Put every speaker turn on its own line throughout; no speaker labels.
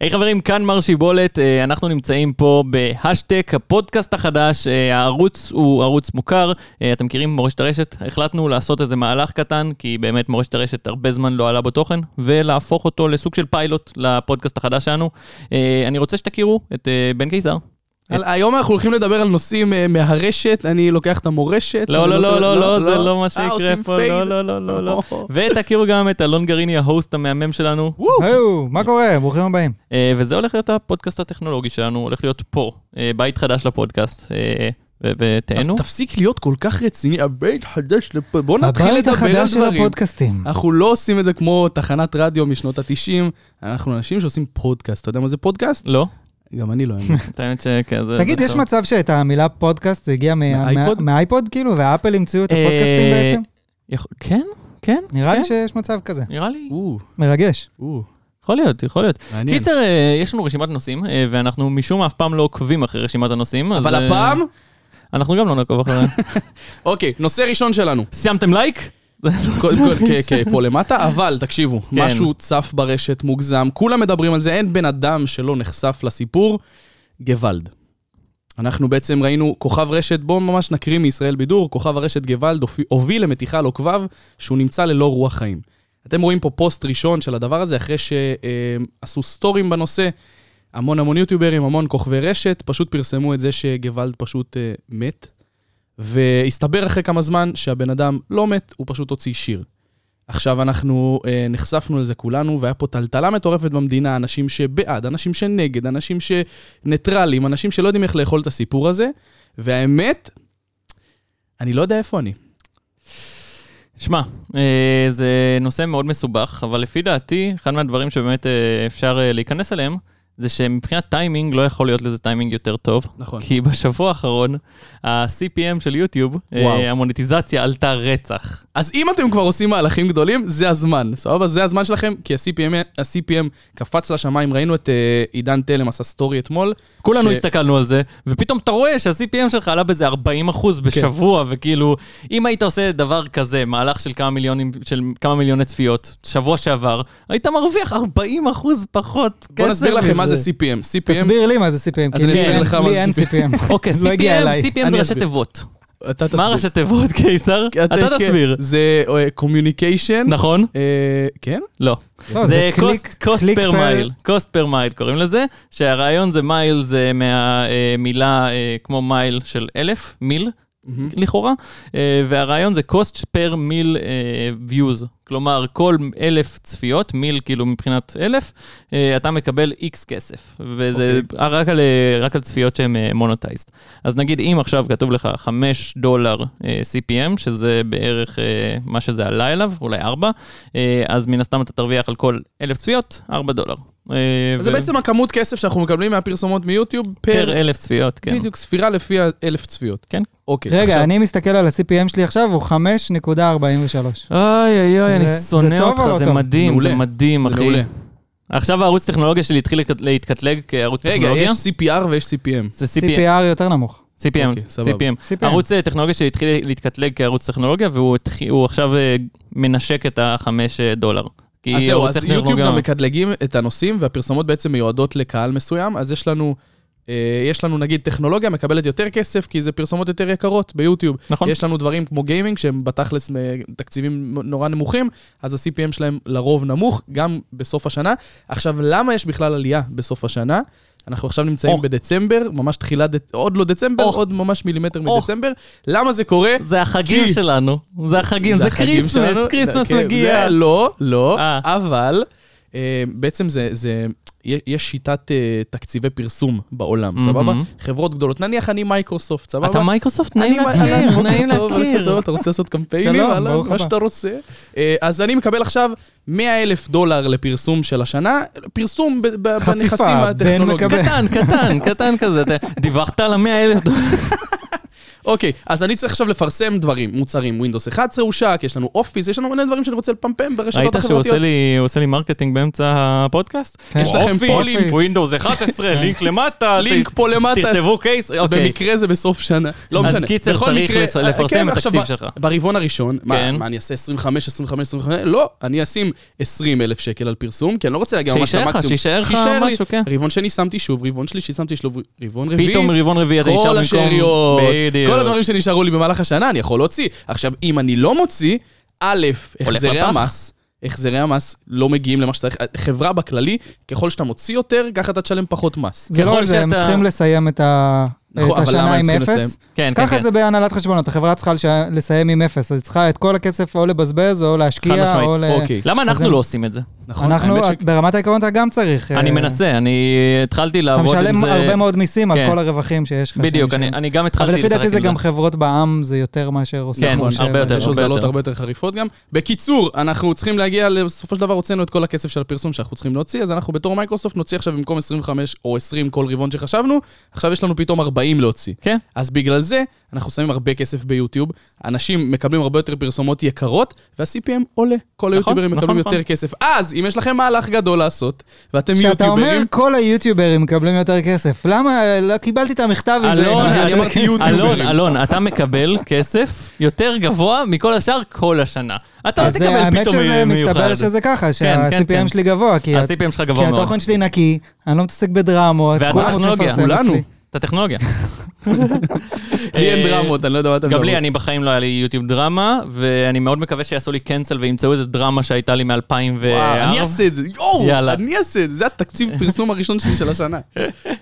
היי hey, חברים, כאן מר שיבולת, אה, אנחנו נמצאים פה בהשטק, הפודקאסט החדש, אה, הערוץ הוא ערוץ מוכר, אה, אתם מכירים מורשת הרשת? החלטנו לעשות איזה מהלך קטן, כי באמת מורשת הרשת הרבה זמן לא עלה בו תוכן, ולהפוך אותו לסוג של פיילוט לפודקאסט החדש שלנו. אה, אני רוצה שתכירו את אה, בן קיסר.
על- היום אנחנו הולכים לדבר על נושאים אה, מהרשת, אני לוקח את המורשת.
לא,
אני
לא, לא, לא, לא, זה לא
אה,
מה שיקרה
עושים
פה,
פייד.
לא, לא, לא, לא, לא. ותכירו גם את אלון גריני, ההוסט המהמם שלנו,
היו, מה קורה? ברוכים הבאים.
אה, וזה הולך להיות הפודקאסט הטכנולוגי שלנו, הולך להיות פה, אה, בית חדש לפודקאסט, אה, ו- ותהנו.
תפסיק להיות כל כך רציני, הבית חדש, לפ- בוא נתחיל
הבית
לדבר על
החדש של
דברים.
הפודקאסטים.
אנחנו לא עושים את זה כמו תחנת רדיו משנות ה-90, אנחנו אנשים שעושים פודקאסט. אתה יודע מה זה פודקאסט?
לא,
גם אני לא האמין.
את האמת שכן, זה...
תגיד,
זה
יש
טוב.
מצב שאת המילה פודקאסט זה הגיע מה-
נכון. מהאייפוד?
מה- מהאייפוד כאילו, והאפל המציאו את
אה,
הפודקאסטים בעצם?
יכול- כן, כן,
נראה לי
כן.
שיש מצב כזה.
נראה לי.
או,
מרגש.
או,
יכול להיות, יכול להיות.
מעניין.
קיצר, אה, יש לנו רשימת נושאים, אה, ואנחנו משום מה אף פעם לא עוקבים אחרי רשימת הנושאים. אז,
אבל
אה,
הפעם,
אנחנו גם לא נעקוב אחריהם.
אוקיי, נושא ראשון שלנו.
שמתם לייק?
קודם כל, כן, כן, פה למטה, אבל תקשיבו,
כן.
משהו צף ברשת, מוגזם, כולם מדברים על זה, אין בן אדם שלא נחשף לסיפור. גוואלד. אנחנו בעצם ראינו כוכב רשת, בואו ממש נקריא מישראל בידור, כוכב הרשת גוואלד הופי- הוביל למתיחה על עוקביו, שהוא נמצא ללא רוח חיים. אתם רואים פה פוסט ראשון של הדבר הזה, אחרי שעשו סטורים בנושא, המון המון יוטיוברים, המון כוכבי רשת, פשוט פרסמו את זה שגוואלד פשוט אה, מת. והסתבר אחרי כמה זמן שהבן אדם לא מת, הוא פשוט הוציא שיר. עכשיו אנחנו אה, נחשפנו לזה כולנו, והיה פה טלטלה מטורפת במדינה, אנשים שבעד, אנשים שנגד, אנשים שניטרלים, אנשים שלא יודעים איך לאכול את הסיפור הזה, והאמת, אני לא יודע איפה אני.
שמע, אה, זה נושא מאוד מסובך, אבל לפי דעתי, אחד מהדברים שבאמת אה, אפשר אה, להיכנס אליהם, זה שמבחינת טיימינג לא יכול להיות לזה טיימינג יותר טוב.
נכון.
כי בשבוע האחרון, ה-CPM של יוטיוב, אה,
וואו. המוניטיזציה.
המוניטיזציה עלתה רצח.
אז אם אתם כבר עושים מהלכים גדולים, זה הזמן, סבבה? זה הזמן שלכם, כי ה-CPM, ה-CPM קפץ לשמיים, ראינו את אה, עידן תלם עשה סטורי אתמול.
כולנו
ש-
הסתכלנו על זה, ופתאום אתה רואה שה-CPM שלך עלה באיזה 40 אחוז
כן.
בשבוע, וכאילו, אם היית עושה דבר כזה, מהלך של כמה מיליונים, של כמה מיליוני צפיות, שבוע שעבר, היית מרוויח 40 אחוז פחות כסף.
בואו נסביר לכם מה
מזה.
זה CPM. CPM,
תסביר לי מה זה CPM.
אז
כי
אני
לי
אסביר
אין-
לך מה
לי
זה
אין
CPM.
CPM.
אוקיי,
לא הגיע
CPM,
אליי.
CPM
אני
זה ראשי
אסביר.
תיבות.
אתה תסביר.
מה ראשי תיבות, קיסר? אתה
כן,
תסביר.
זה קומיוניקיישן.
נכון?
כן?
לא.
לא,
זה
קליק-
קוסט
קליק
פר
per-
מייל, קוסט פר מייל קוראים לזה, שהרעיון זה מייל זה מהמילה אה, כמו מייל של אלף, מיל לכאורה, אה, והרעיון זה cost per מיל views, כלומר כל אלף צפיות, מיל כאילו מבחינת אלף, אה, אתה מקבל איקס כסף, וזה
אוקיי.
רק על, אה, רק על צפיות שהן מונוטייזד. אז נגיד אם עכשיו כתוב לך 5 דולר אה, CPM, שזה בערך אה, מה שזה עלה אליו, אולי 4, אה, אז מן הסתם אתה תרוויח על כל אלף צפיות 4 דולר. אה,
אז זה
ו-
בעצם הכמות כסף שאנחנו מקבלים מהפרסומות מיוטיוב פר
פר אלף צפיות, כן.
בדיוק ספירה לפי אלף צפיות.
כן.
אוקיי.
רגע,
עכשיו-
אני מסתכל על ה-CPM שלי עכשיו, הוא 5.43.
אוי אוי אוי, אני
זה- זה
שונא
טוב
אותך,
או לא
זה
טוב?
מדהים, זה
מעולה.
מדהים,
זה
אחי.
מעולה.
עכשיו הערוץ טכנולוגיה שלי התחיל לקט- להתקטלג כערוץ
רגע,
טכנולוגיה.
יש CPR ויש CPM.
זה CPM,
CPR יותר נמוך.
CPM,
אוקיי, סבבה.
CPM.
CPM.
ערוץ אה, טכנולוגיה שלי התחיל להתקטלג כערוץ טכנולוגיה, והוא התחיל- הוא עכשיו אה, מנשק את החמש אה, דולר. כי
אז זהו,
ערוץ
אז יוטיוב
טכנולוגיה-
גם מקדלגים את הנושאים, והפרסומות בעצם מיועדות לקהל מסוים, אז יש לנו... אה, יש לנו נגיד טכנולוגיה מקבלת יותר כסף כי זה פרסומות יותר יקרות ביוטיוב.
נכון.
יש לנו דברים כמו גיימינג שהם בתכלס אה, תקציבים נורא נמוכים, אז ה-CPM שלהם לרוב נמוך, גם בסוף השנה. עכשיו, למה יש בכלל עלייה בסוף השנה? אנחנו עכשיו נמצאים
אוח.
בדצמבר, ממש תחילת, דצ- עוד לא דצמבר,
אוח.
עוד ממש מילימטר
אוח.
מדצמבר. למה זה קורה?
זה החגים
כי-
שלנו, זה החגים, זה
החגים
כריסמס,
שלנו.
כריסמס
כן,
מגיע.
זה לא, לא,
אה.
אבל אה, בעצם זה, זה, יש שיטת אה, תקציבי פרסום בעולם, סבבה?
מהמם.
חברות גדולות, נניח אני מייקרוסופט, סבבה?
Mm-hmm. אתה מייקרוסופט? נעים
אני- אהלן,
להכיר,
בוקר
נעים
טוב, בוקר טוב,
להכיר.
אתה רוצה לעשות קמפיינים?
שלום,
אהלן,
ברוך
מה
הבא.
שאתה רוצה. אה, אז אני מקבל עכשיו 100 אלף דולר לפרסום של השנה, פרסום ב- ב-
חשיפה,
בנכסים
בן
הטכנולוגיים.
מקבל.
קטן, קטן, קטן כזה. אתה- דיווחת על המאה אלף דולר.
אוקיי, אז אני צריך עכשיו לפרסם דברים, מוצרים, Windows 11 הושק, יש לנו אופיס, יש לנו מלא דברים שאני רוצה לפמפם ברשתות
ראית שהוא
החברתיות.
עושה לי, הוא עושה לי מרקטינג באמצע הפודקאסט?
כן.
יש לכם
אופי,
פה
לינק, ווינדוס 11, לינק למטה,
לינק
ת-
פה למטה.
תכתבו קייס, אוקיי.
במקרה זה בסוף שנה, לא
אז
משנה.
קיצר,
בכל
צריך
מקרה,
לס-
אה,
לפרסם
כן,
את
עכשיו,
התקציב שלך.
ברבעון הראשון, מה,
כן.
מה, אני אעשה 25, 25, 25? לא, אני אשים 20 אלף שקל על פרסום, כי אני לא רוצה להגיע ממש
שיישאר לך,
למקסימום.
שיישאר לך
שיישאר לי.
משהו, כן.
רבעון שני שמתי שוב, רבעון שלישי שמתי שוב, רבעון רביעי.
פתאום רבעון רביעי אתה נשאר
כל
במקום...
השאריות,
בדיוק.
כל הדברים שנשארו לי במהלך השנה, אני יכול להוציא. עכשיו, אם אני לא מוציא, א', החזרי
לפח.
המס, החזרי המס לא מגיעים למה שצריך. חברה בכללי, ככל שאתה מוציא יותר, ככה אתה תשלם פחות מס.
זה
ככל
לא על זה, הם
שאתה-
צריכים לסיים את ה-
נכון,
את
אבל למה
השנה
הם
עם
צריכים
אפס.
לסיים?
כן, כן,
ככה
כן.
זה בהנהלת חשבונות, החברה צריכה לש- לסיים עם אפס, אז היא צריכה את כל הכסף או לבזבז או
חד
להשקיע
משמעית,
או ל...
אוקיי,
למה אנחנו
אז
לא עושים את זה?
נכון.
אנחנו,
האמת ש-
ברמת העיקרון אתה גם צריך...
אני
אה,
מנסה, אני התחלתי
אתה
לעבוד עם
משלם
זה...
הרבה מאוד מיסים על
כן.
כל הרווחים שיש לך.
בדיוק,
שם
אני
שם.
אני גם
אבל
התחלתי
לפי
לשחק עם זה.
דעתי זה גם חברות בע"מ, זה יותר מאשר עושה
כן,
חושר.
הרבה יותר.
יש הוזלות
יותר.
הרבה יותר חריפות גם. בקיצור, אנחנו צריכים להגיע, בסופו של דבר הוצאנו את כל הכסף של הפרסום שאנחנו צריכים להוציא, אז אנחנו בתור מייקרוסופט נוציא עכשיו במקום 25 או 20 כל רבעון שחשבנו, עכשיו יש לנו פתאום 40 להוציא.
כן.
אז בגלל זה, אנחנו שמים הרבה כסף ביוטיוב, אנשים מקבלים הרבה יותר פרסומות יקרות, וה-CPM עולה. כל היוטיוברים
נכון,
מקבלים
נכון.
יותר כסף. אז, אם יש לכם מהלך גדול לעשות, ואתם
כשאתה אומר
יוטיוברים...
כל היוטיוברים מקבלים יותר כסף, למה לא קיבלתי את המכתב הזה?
אלון,
אני-
אני אמרתי יוטיוברים.
אלון, אלון, אתה מקבל כסף יותר גבוה מכל השאר כל השנה. אתה לא
אז אה,
תקבל
האמת
פתאום
שזה
מיוחד.
מסתבר שזה
כן.
ככה, שה-CPM שלי גבוה, כי ה-
ה-CPM שלך
כי
גבוה מאוד.
התוכן שלי נקי, אני לא מתעסק בדרמות,
ואת
כולם רוצים
טכנולוגיה.
לפרסם
כולנו.
אצלי.
את הטכנולוגיה.
לי אין דרמות, אני לא יודע מה אתה מדבר.
אה, גם לי, אני בחיים לא היה לי יוטיוב דרמה, ואני מאוד מקווה שיעשו לי קנסל וימצאו איזה דרמה שהייתה לי
וואו, אני
מ-2004.
אעשה את זה, יואו,
יאללה.
אני אעשה את זה, זה התקציב פרסום הראשון שלי של השנה.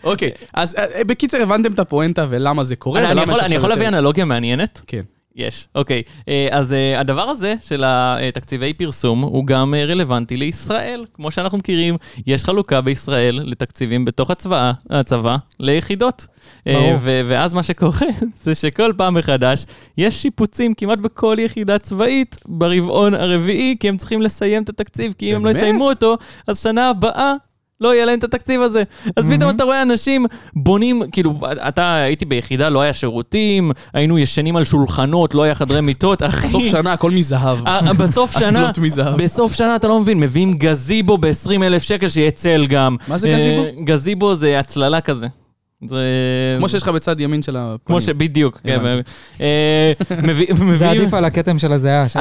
אוקיי, אז אה, בקיצר, הבנתם את הפואנטה ולמה זה קורה,
אני
ולמה
יכול-
יש
אוקיי, אני
עכשיו
יכול להביא
יותר-
אנלוגיה מעניינת?
כן.
יש, אוקיי. אה, אז אה, הדבר הזה של התקציבי פרסום הוא גם אה, רלוונטי לישראל. כמו שאנחנו מכירים, יש חלוקה בישראל לתקציבים בתוך הצבא, הצבא ליחידות. אה,
ברור.
ו- ואז מה שקורה זה שכל פעם מחדש יש שיפוצים כמעט בכל יחידה צבאית ברבעון הרביעי, כי הם צריכים לסיים את התקציב, כי אם הם לא
באמת?
יסיימו אותו, אז שנה הבאה לא יהיה להם את התקציב הזה. אז פתאום אתה רואה אנשים בונים, כאילו, אתה הייתי ביחידה, לא היה שירותים, היינו ישנים על שולחנות, לא היה חדרי מיטות, אחי.
סוף שנה, הכל מזהב.
אה, בסוף שנה,
אסלות מזהב.
בסוף שנה אתה לא מבין, מביאים גזיבו ב-20 אלף שקל שיהיה צל גם.
מה זה
אה,
גזיבו?
גזיבו זה הצללה כזה. זה...
כמו שיש לך בצד ימין של הפנים.
כמו שבדיוק, כן,
הבנתי.
אה, מביא-
זה
מביאים...
עדיף על הכתם של הזיעה.
אה,
שם.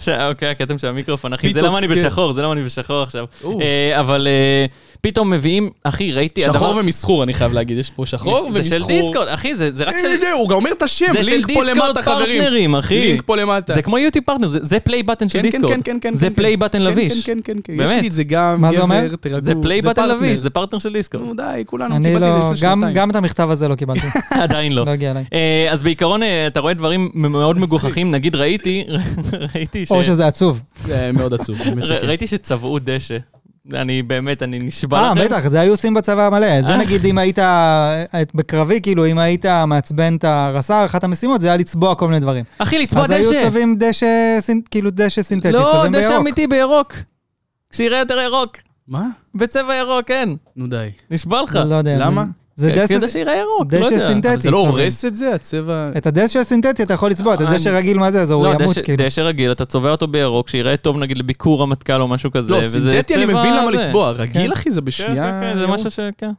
ש- אוקיי, הכתם של המיקרופון, אחי. זה
פיתות,
למה אני
כן.
בשחור, זה למה אני בשחור עכשיו.
או.
אה, אבל אה, פתאום מביאים, אחי, ראיתי...
שחור
הדבר-
ומסחור, אני חייב להגיד, יש פה שחור ומסחור.
זה של דיסקורד, אחי, זה זה רק
אה,
של...
הנה, הוא גם אומר את השם,
זה של
לינק פה
דיסקורד
למטה, חברים.
פרטנרים, אחי.
לינק פה למטה.
זה כמו יוטיוב פרטנר, זה- זה פליי בטן של
כן, כן,
דיסקורד.
כן, כן, כן.
זה
כן,
פליי
כן.
בטן
כן,
לביש.
כן, כן, כן, כן. יש
באמת.
לי את זה גם,
מה זה
גבר,
אומר?
תירגעו.
זה פליי בטן
פרטנר.
לביש, זה פרטנר של דיסקורד.
נו די, כולנו
אני
קיבלתי את זה
לא,
לפני
גם-
שנתיים.
גם את המכתב הזה לא קיבלתי,
עדיין לא.
לא הגיע אליי.
אה, אז בעיקרון אה, אתה רואה דברים מאוד מגוחכים, נגיד ראיתי, ראיתי ש...
או שזה עצוב.
זה מאוד עצוב, באמת
ר-
שכן.
ראיתי שצבעו דשא. אני באמת, אני נשבע
אה,
לכם.
בטח, זה היו עושים בצבא
אה.
מלא. זה נגיד אם היית בקרבי, כאילו, אם היית מעצבן את הרס"ר, אחת המשימות, זה היה לצבוע כל מיני דברים.
אחי, לצבוע
אז
דשא.
היו צובעים דשא, סינ- כאילו דשא סינתטי,
לא,
צובעים
דשא
בירוק.
אמיתי בירוק. שיראה יותר ירוק.
מה?
בצבע ירוק, כן.
נו די.
נשבע לך.
לא יודע.
למה?
זה
כן,
דשא
כדי שיראה ירוק, לא
דשא
יודע.
סינתטי.
אבל זה לא
צובעים.
הורס את זה? הצבע...
את הדשא הסינתטי אתה יכול לצבוע, את
אה,
הדשא
אני-
רגיל, מה זה? אז הוא
לא,
ימות,
דשא-
כאילו.
דשא רגיל, אתה צובע אותו בירוק, שיראה טוב נגיד לביקור רמטכ"ל או משהו כזה.
לא,
וזה
סינתטי אני
צבע
מבין למה
זה.
לצבוע. רגיל
כן.
אחי, זה
כן, כן,
בשנייה...
כן, זה
ירוק.
משהו ש... כן.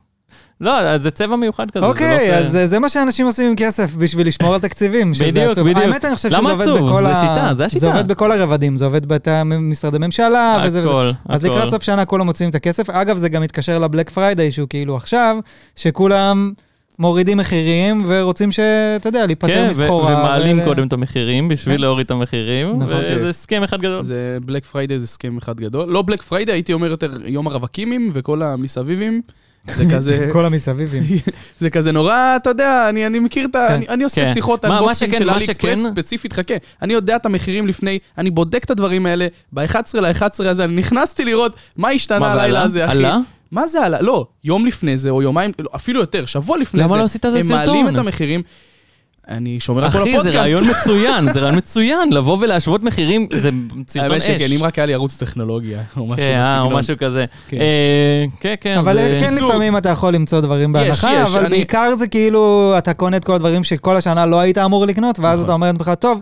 לא, אז זה צבע מיוחד כזה. זה לא
אוקיי,
ש-
אז זה- זה מה שאנשים עושים עם כסף, בשביל לשמור על תקציבים, שזה
בדיוק,
עצוב.
בדיוק.
האמת, אני חושב שזה
למה
עובד
עצוב?
בכל
זה
ה...
שיטה, זה השיטה.
זה עובד בכל הרבדים, זה עובד במשרדי ממשלה, אה, וזה וזה.
הכל,
אז
הכל.
לקראת סוף שנה כולם מוצאים את הכסף. אגב, זה גם מתקשר לבלק פריידיי, שהוא כאילו עכשיו, שכולם מורידים מחירים ורוצים ש... אתה יודע, להיפטר
כן, ו-
מסחורה.
ומעלים
ו- כן.
קודם את המחירים בשביל להוריד את המחירים,
נכון.
וזה הסכם אחד גדול.
זה בלק פריידיי זה הסכם אחד גדול. לא בלק פריידיי, הייתי אומר יותר יום הרווקימים וכל המסביבים. זה כזה,
כל המסביבים.
זה כזה נורא, אתה יודע, אני, אני מכיר את ה...
כן.
אני, אני עושה
כן.
פתיחות
מה- מה
אנבוקסינג
שכן,
של
מה
אלי אקספרס,
שכן-
ספציפית, חכה. אני יודע את המחירים לפני, אני בודק את הדברים האלה, ב-11 ל-11 הזה, אני נכנסתי לראות מה השתנה
מה,
הלילה
ועלה?
הזה, אחי.
עלה?
מה זה עלה? לא, יום לפני זה, או יומיים, לא, אפילו יותר, שבוע לפני
למה
זה.
לא עשית על זה
הם מעלים
סרטון?
את המחירים. אני שומר על כל
אחי,
הפודקאסט.
זה רעיון מצוין, זה רעיון מצוין, לבוא ולהשוות מחירים, זה סרטון
האמת
אש.
שכן, אם רק היה לי ערוץ טכנולוגיה, או משהו
כן, אה, או
בסגנון.
משהו כזה.
כן.
אה, כן, כן.
אבל
זה-
כן,
בקיצור-
לפעמים אתה יכול למצוא דברים בהנחה,
יש,
אבל
אני-
בעיקר זה כאילו, אתה קונה את כל הדברים שכל השנה לא היית אמור לקנות, ואז
נכון.
אתה אומר לעצמך, טוב,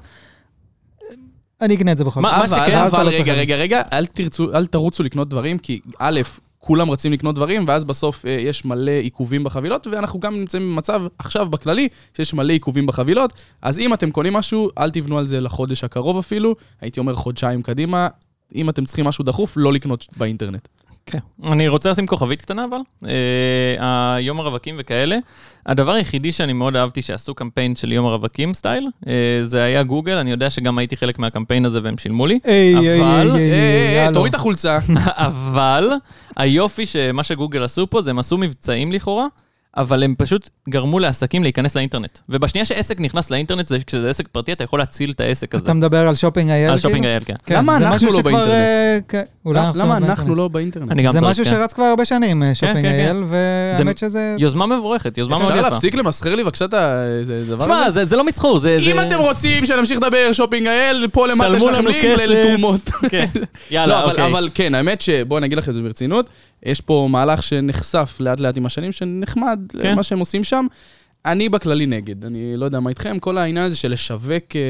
אני אקנה את זה בכל
מה, מה שכן,
ואז אתה
אבל
לא
רגע,
צריך.
רגע, רגע, אל, תרצו, אל תרוצו לקנות דברים, כי א', כולם רצים לקנות דברים, ואז בסוף אה, יש מלא עיכובים בחבילות, ואנחנו גם נמצאים במצב עכשיו בכללי, שיש מלא עיכובים בחבילות, אז אם אתם קונים משהו, אל תבנו על זה לחודש הקרוב אפילו, הייתי אומר חודשיים קדימה. אם אתם צריכים משהו דחוף, לא לקנות באינטרנט.
כן. אני רוצה לשים כוכבית קטנה אבל, אה, היום הרווקים וכאלה. הדבר היחידי שאני מאוד אהבתי שעשו קמפיין של יום הרווקים סטייל, אה, זה היה גוגל, אני יודע שגם הייתי חלק מהקמפיין הזה והם שילמו לי.
איי, איי,
אבל-
איי, איי,
אה, אה,
כן, יאללה.
אה, תוריד את החולצה.
אבל היופי שמה שגוגל עשו פה זה הם עשו מבצעים לכאורה. אבל הם פשוט גרמו לעסקים להיכנס לאינטרנט. ובשנייה שעסק נכנס לאינטרנט, זה, כשזה עסק פרטי, אתה יכול להציל את העסק הזה.
אתה מדבר על שופינג אייל?
על
כאילו?
שופינג אייל, כן.
כן,
למה
זה
אנחנו
משהו
לא
שכבר,
באינטרנט?
אה, כן, אולי אנחנו
למה
צריכים להיות
אנחנו
באינטרנט.
לא באינטרנט?
אני גם
זה
צריך,
משהו
כן.
שרץ כבר הרבה שנים, אה, שופינג
כן,
אייל, והאמת שזה...
יוזמה מבורכת, יוזמה מאוד
אפשר
יפה.
להפסיק למסחר לי בבקשה את הדבר הזה?
שמע, זה, זה לא מסחור, זה...
אם
זה...
אתם רוצים שנמשיך לדבר, שופינג אייל, פה למטה יש
שלמו
לכם
לנו
לינק
כסף.
לתרומות.
כן.
לא,
יאללה,
אבל,
אוקיי.
אבל כן, האמת שבואו אני אגיד לך את זה ברצינות, יש פה מהלך שנחשף לאט לאט עם השנים, שנחמד
כן.
כן. מה שהם עושים שם. אני בכללי נגד, אני לא יודע מה איתכם, כל העניין הזה של לשווק, אה,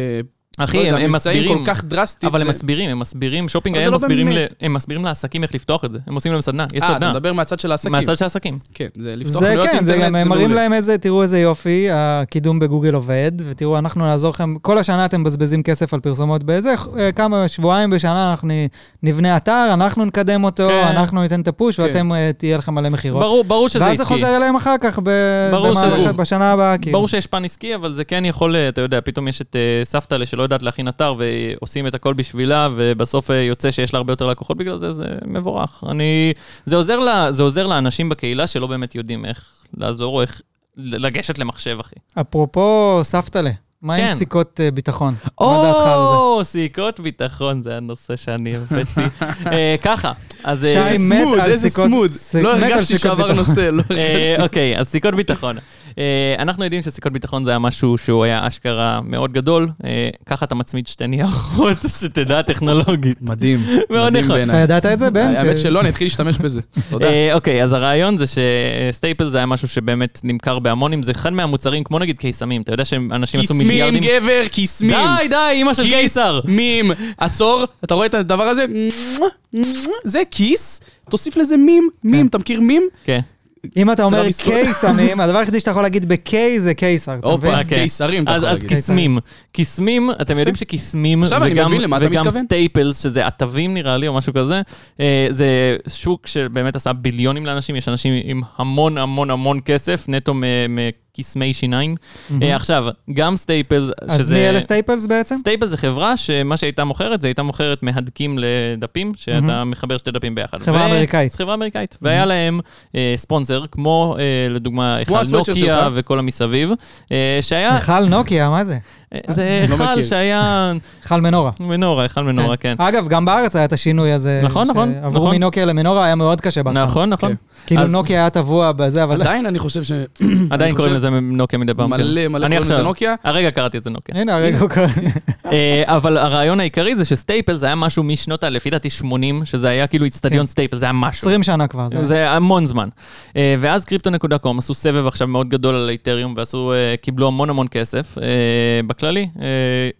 לא
אחי,
יודע,
הם- הם
מבצעים
מסבירים,
כל כך דרסטית.
אבל הם
זה-
מסבירים, הם מסבירים, שופינג
אבל זה
היה
לא
מסבירים,
באמת.
ל- הם מסבירים לעסקים איך לפתוח את זה, הם עושים להם סדנה, יש
אה, אתה
סדנה,
מדבר מהצד של העסקים.
מהצד של העסקים.
כן, זה לפתוח
זה
חנויות
כן, זה
אינטרנט,
גם הם מראים
מעולה.
להם איזה, תראו איזה יופי, הקידום בגוגל עובד, ותראו, אנחנו נעזור לכם, כל השנה אתם מבזבזים כסף על פרסומות באיזה, אה, כמה שבועיים בשנה אנחנו נ- נבנה אתר, אנחנו נקדם אותו,
כן.
אנחנו ניתן את הפוש,
כן.
ואתם, אה, תהיה לכם מלא מכירות.
ברור, ברור שזה
ואז זה
עסקי,
חוזר אליהם אחר כך, ב-
ברור שזה-
במערכת, בשנה הבאה, כאילו.
ברור שיש פן עסקי, אבל זה כן יכול, אה, אתה יודע, פתאום יש את אה, סבתא שלא יודעת להכין אתר, ועושים את הכל בשבילה, ובסוף אה, יוצא שיש לה הרבה יותר לקוחות בגלל זה, זה מבורך. אני, זה עוזר, לה, זה עוזר לאנשים בקהילה שלא באמת יודעים איך לעזור, או איך לגשת למחשב, אחי.
אפרופו סבתלה, מה עם
כן.
סיכות אה, ביטחון? מה דעתך על זה?
או, סיכות ביטחון, זה הנושא שאני הבאתי. אה, ככה, אז... אה,
שי
איזה
מת
סמוד,
על
איזה
סיכות-
סמוד.
סיכ-
לא
מת על
הרגשתי
סיכות
שעבר
ביטחון.
נושא, לא
אה,
הרגשתי.
אוקיי, אז סיכות ביטחון. אה, אנחנו יודעים שסיכות ביטחון זה היה משהו שהוא היה אשכרה מאוד גדול. אה, ככה אתה מצמיד שתי ניירות, שתדע טכנולוגית.
מדהים,
מאוד
מדהים
נכון.
בעיניי.
אתה ידעת את זה, בן?
אה, האמת
זה-
שלא, אני אתחיל להשתמש בזה. תודה.
אה, אוקיי, אז הרעיון זה שסטייפל זה היה משהו שבאמת נמכר בהמונים, זה אחד מהמוצרים, כמו נגיד קיסמים, אתה יודע שאנשים עשו
קיסמים,
מיליארדים...
גבר, קיסמים.
די, די, אימא של קיסר.
מים. עצור, אתה רואה את הדבר הזה? זה כיס, תוסיף לזה מים, מים, אתה מכיר מים?
כן.
אם אתה אומר
טראביס
קיי סמים, הדבר היחידי שאתה יכול להגיד בקיי זה קיסר, אתה מבין?
הופה,
כן.
קיסרים, אתה
אז,
יכול
אז
להגיד.
קיסמים, קיסמים, אתם יודעים שקיסמים,
עכשיו אני
וגם,
מבין למה אתה
וגם
מתכוון.
סטייפלס, שזה עטבים נראה לי, או משהו כזה, אה, זה שוק שבאמת עשה ביליונים לאנשים, יש אנשים עם המון המון המון כסף, נטו מ- מקסמי שיניים. אה, עכשיו, גם סטייפלס,
אז מי אלה סטייפלס בעצם?
סטייפלס זה חברה שמה שהייתה מוכרת, זה הייתה מוכרת מהדקים לדפים, שאתה מחבר שתי דפים ביחד.
חברה
ו-
אמריקאית.
חברה אמריקאית. והיה להם אה, ספונסר, כמו אה, לדוגמה, היכל
הסוואצ'ר
נוקיה
שלך.
וכל המסביב, אה, שהיה
היכל נוקיה, מה זה?
אה, זה
לא
היכל
מכיר.
שהיה
היכל מנורה.
מנורה, היכל מנורה, כן.
אגב, גם בארץ היה את השינוי הזה.
נכון, נכון,
שעברו
נכון.
מנוקיה למנורה היה מאוד קשה בהתחלה.
נכון, נכון.
כאילו
אז-
נוקיה היה טבוע בזה, אבל...
עדיין אני חושב ש...
עדיין
אני
קוראים
חושב-
לזה נוקיה מדי פעם.
מלא,
כן.
מלא
אני
קוראים לזה
עכשיו-
נוקיה.
הרגע קראתי את זה נוקיה.
הנה, הרגע הוא קורא.
אה, אבל הרעיון העיקרי זה שסטייפל זה היה משהו משנות ה... לפי דעתי 80, שזה היה כאילו איצטדיון סטייפל, זה היה משהו.
20 שנה כבר. זה.
זה המון זמן. אה, ואז קריפטו.קום עשו סבב עכשיו מאוד גדול על איתריום, ועשו, אה, קיבלו המון המון כסף, אה, בכללי, אה,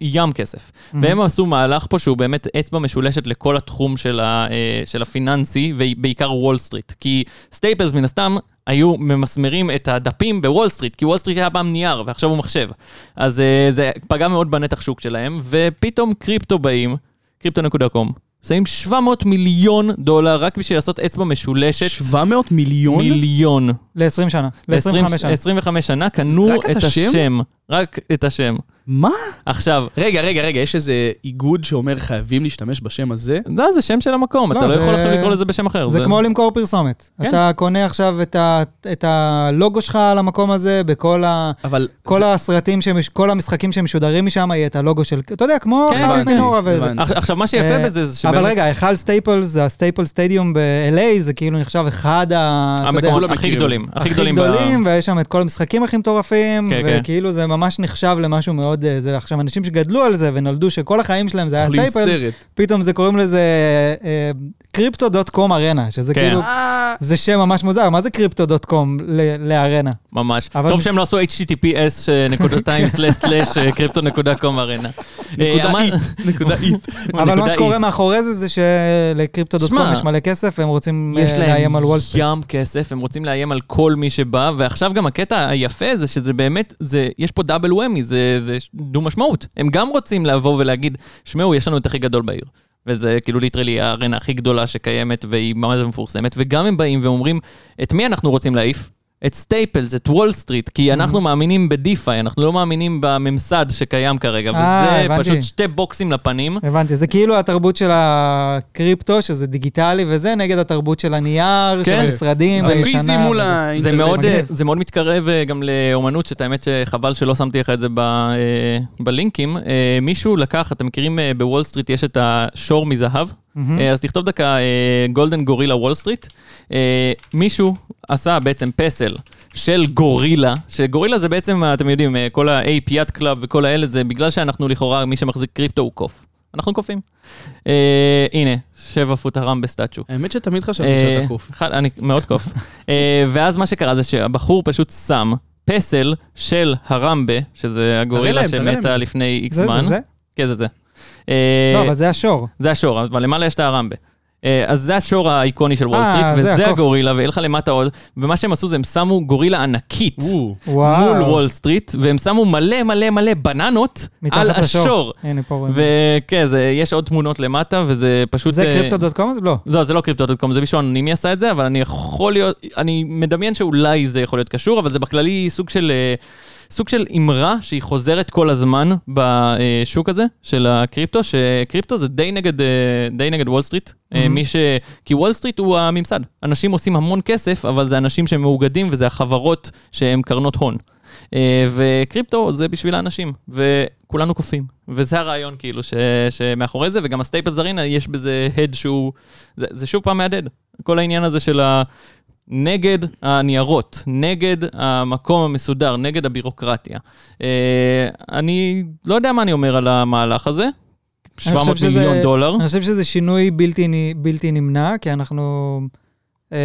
ים כסף. והם עשו מהלך פה שהוא באמת אצבע משולשת לכל התחום של, ה, אה, של הפיננסי, ובעיקר וול סטריט. כי סטייפלס מן הסתם... היו ממסמרים את הדפים בוול סטריט, כי וול סטריט היה פעם נייר, ועכשיו הוא מחשב. אז אה, זה פגע מאוד בנתח שוק שלהם, ופתאום קריפטו באים, קריפטו.קום, שמים 700 מיליון דולר רק בשביל לעשות אצבע משולשת.
700 מיליון?
מיליון.
ל-20 שנה. ל-25 שנה.
25 שנה קנו
רק את
את
השם?
השם. רק את השם.
מה?
עכשיו,
רגע, רגע, רגע, יש איזה איגוד שאומר חייבים להשתמש בשם הזה?
לא, זה שם של המקום,
לא,
אתה לא
זה-
יכול עכשיו לקרוא לזה בשם אחר.
זה כמו למכור פרסומת.
כן.
אתה קונה עכשיו את ה- את הלוגו שלך על המקום הזה, בכל ה...
אבל...
כל
זה-
הסרטים, שמש- כל המשחקים שמשודרים משם, יהיה את הלוגו של... אתה יודע, כמו
כן,
חרב
הבנתי,
מנורה וזה.
הבנתי.
עכ- עכשיו, מה שיפה
אה,
בזה זה שבאמת...
אבל רגע, היכל סטייפלס, הסטייפל סטדיום ב-LA, זה כאילו נחשב אחד ה... אתה יודע,
המקומות
כולם
הכי
מכירים.
גדולים, הכי
הכי
גדולים. ב-
גדולים, ויש שם את כל המשחקים הכי מטורפים,
כן, כן.
וכאילו זה ממש נחשב למשהו מאוד... אה, זה עכשיו, אנשים שגדלו על זה ונולדו, שכל החיים שלהם זה היה
אוכלים
סטייפלס,
סרט.
פתאום זה קוראים לזה אה, קריפטו דוט קום ארנה, שזה
כן.
כאילו... זה שם ממש מוזר, מה זה קריפטו דוט קום לארנה?
ממש.
אבל-
טוב שהם לא עשו https נקודתיים סלש סלש אה, קריפטו נקודה קום ארנה. אה,
נקודה אית, נקודה אית.
אבל מה שקורה מאחורי זה, זה שלקריפטו דוט קום
שמע,
יש מלא כסף, והם רוצים
יש
אה,
להם
לאיים על וול סטריט.
ים כסף, הם רוצים לאיים על כל מי שבא, ועכשיו גם הקטע היפה זה שזה באמת, זה, יש פה דאבל וומי, זה, זה דו משמעות. הם גם רוצים לבוא ולהגיד, שמעו, יש לנו את הכי גדול בעיר. וזה כאילו ליטרלי הארנה הכי גדולה שקיימת, והיא ממש מפורסמת, וגם הם באים ואומרים, את מי אנחנו רוצים להעיף? את סטייפלס, את וול סטריט,
Mm-hmm.
כי אנחנו מאמינים בדיפיי, אנחנו לא מאמינים בממסד שקיים כרגע,
אה,
וזה
הבנתי.
פשוט שתי בוקסים לפנים.
הבנתי, זה כאילו התרבות של הקריפטו, שזה דיגיטלי וזה, נגד התרבות של הנייר, של
כן.
המשרדים,
זה
הישנה.
פיזי מול
וזה.
זה
האינטרנט.
מאוד, אה,
מגניב.
זה מאוד מתקרב אה, גם לאומנות, שאת האמת שחבל שלא שמתי לך את זה ב, אה, בלינקים. אה, מישהו לקח, אתם מכירים אה, בוול סטריט יש את השור מזהב?
מהמם.
אה, אז תכתוב דקה גולדן גורילה וול סטריט. אה, מישהו עשה בעצם פסל של גורילה, שגורילה זה בעצם, אתם יודעים, אה, כל ה-ape יד קלאב וכל האלה, זה בגלל שאנחנו לכאורה, מי שמחזיק קריפטו הוא קוף. אנחנו קופים. אה, הנה, שבע פוט הרם בסטאצ'ו.
האמת שתמיד חשבתי שאתה קוף.
אה, אחד- אני מאוד קוף. אה, ואז מה שקרה זה שהבחור פשוט שם פסל של הרמבה, שזה הגורילה
להם, תראה להם את
שמתה
זה.
לפני איקס
זה,
זמן.
זה, זה?
כן, זה זה. אה,
לא, אבל זה השור.
זה השור, אבל למעלה יש את הרמבה. אה, אז זה השור האיקוני של וול
אה,
סטריט,
זה
וזה
הקוף.
הגורילה, ואין לך למטה עוד, ומה שהם עשו זה הם שמו גורילה ענקית.
וואו.
וואו.
מול וול סטריט, והם שמו מלא מלא מלא בננות
מתחת
על
לשור.
השור.
הנה פה רואים.
וכן, זה- יש עוד תמונות למטה, וזה פשוט...
זה
אה,
קריפטו דוט קום? לא.
לא, זה לא קריפטו.קום, זה מישהו אנונימי עשה את זה, אבל אני יכול להיות, אני מדמיין שאולי זה יכול להיות קשור, אבל זה בכללי סוג של, אה, סוג של אמרה שהיא חוזרת כל הזמן בשוק הזה של הקריפטו, שקריפטו זה די נגד, אה, די נגד וול סטריט. אה,
Mhm.
מי ש... כי וול סטריט הוא הממסד. אנשים עושים המון כסף, אבל זה אנשים שהם מאוגדים וזה החברות שהן קרנות הון. אה, וקריפטו זה בשביל האנשים, וכולנו קופים. וזה הרעיון כאילו ש... שמאחורי זה, וגם הסטייפלס ארינה יש בזה הד שהוא, זה, זה שוב פעם מהדהד. כל העניין הזה של ה... נגד הניירות, נגד המקום המסודר, נגד הבירוקרטיה. אה, אני לא יודע מה אני אומר על המהלך הזה, 700
שזה-
מיליון דולר.
אני חושב שזה שינוי בלתי, נ- בלתי נמנע, כי אנחנו, אה,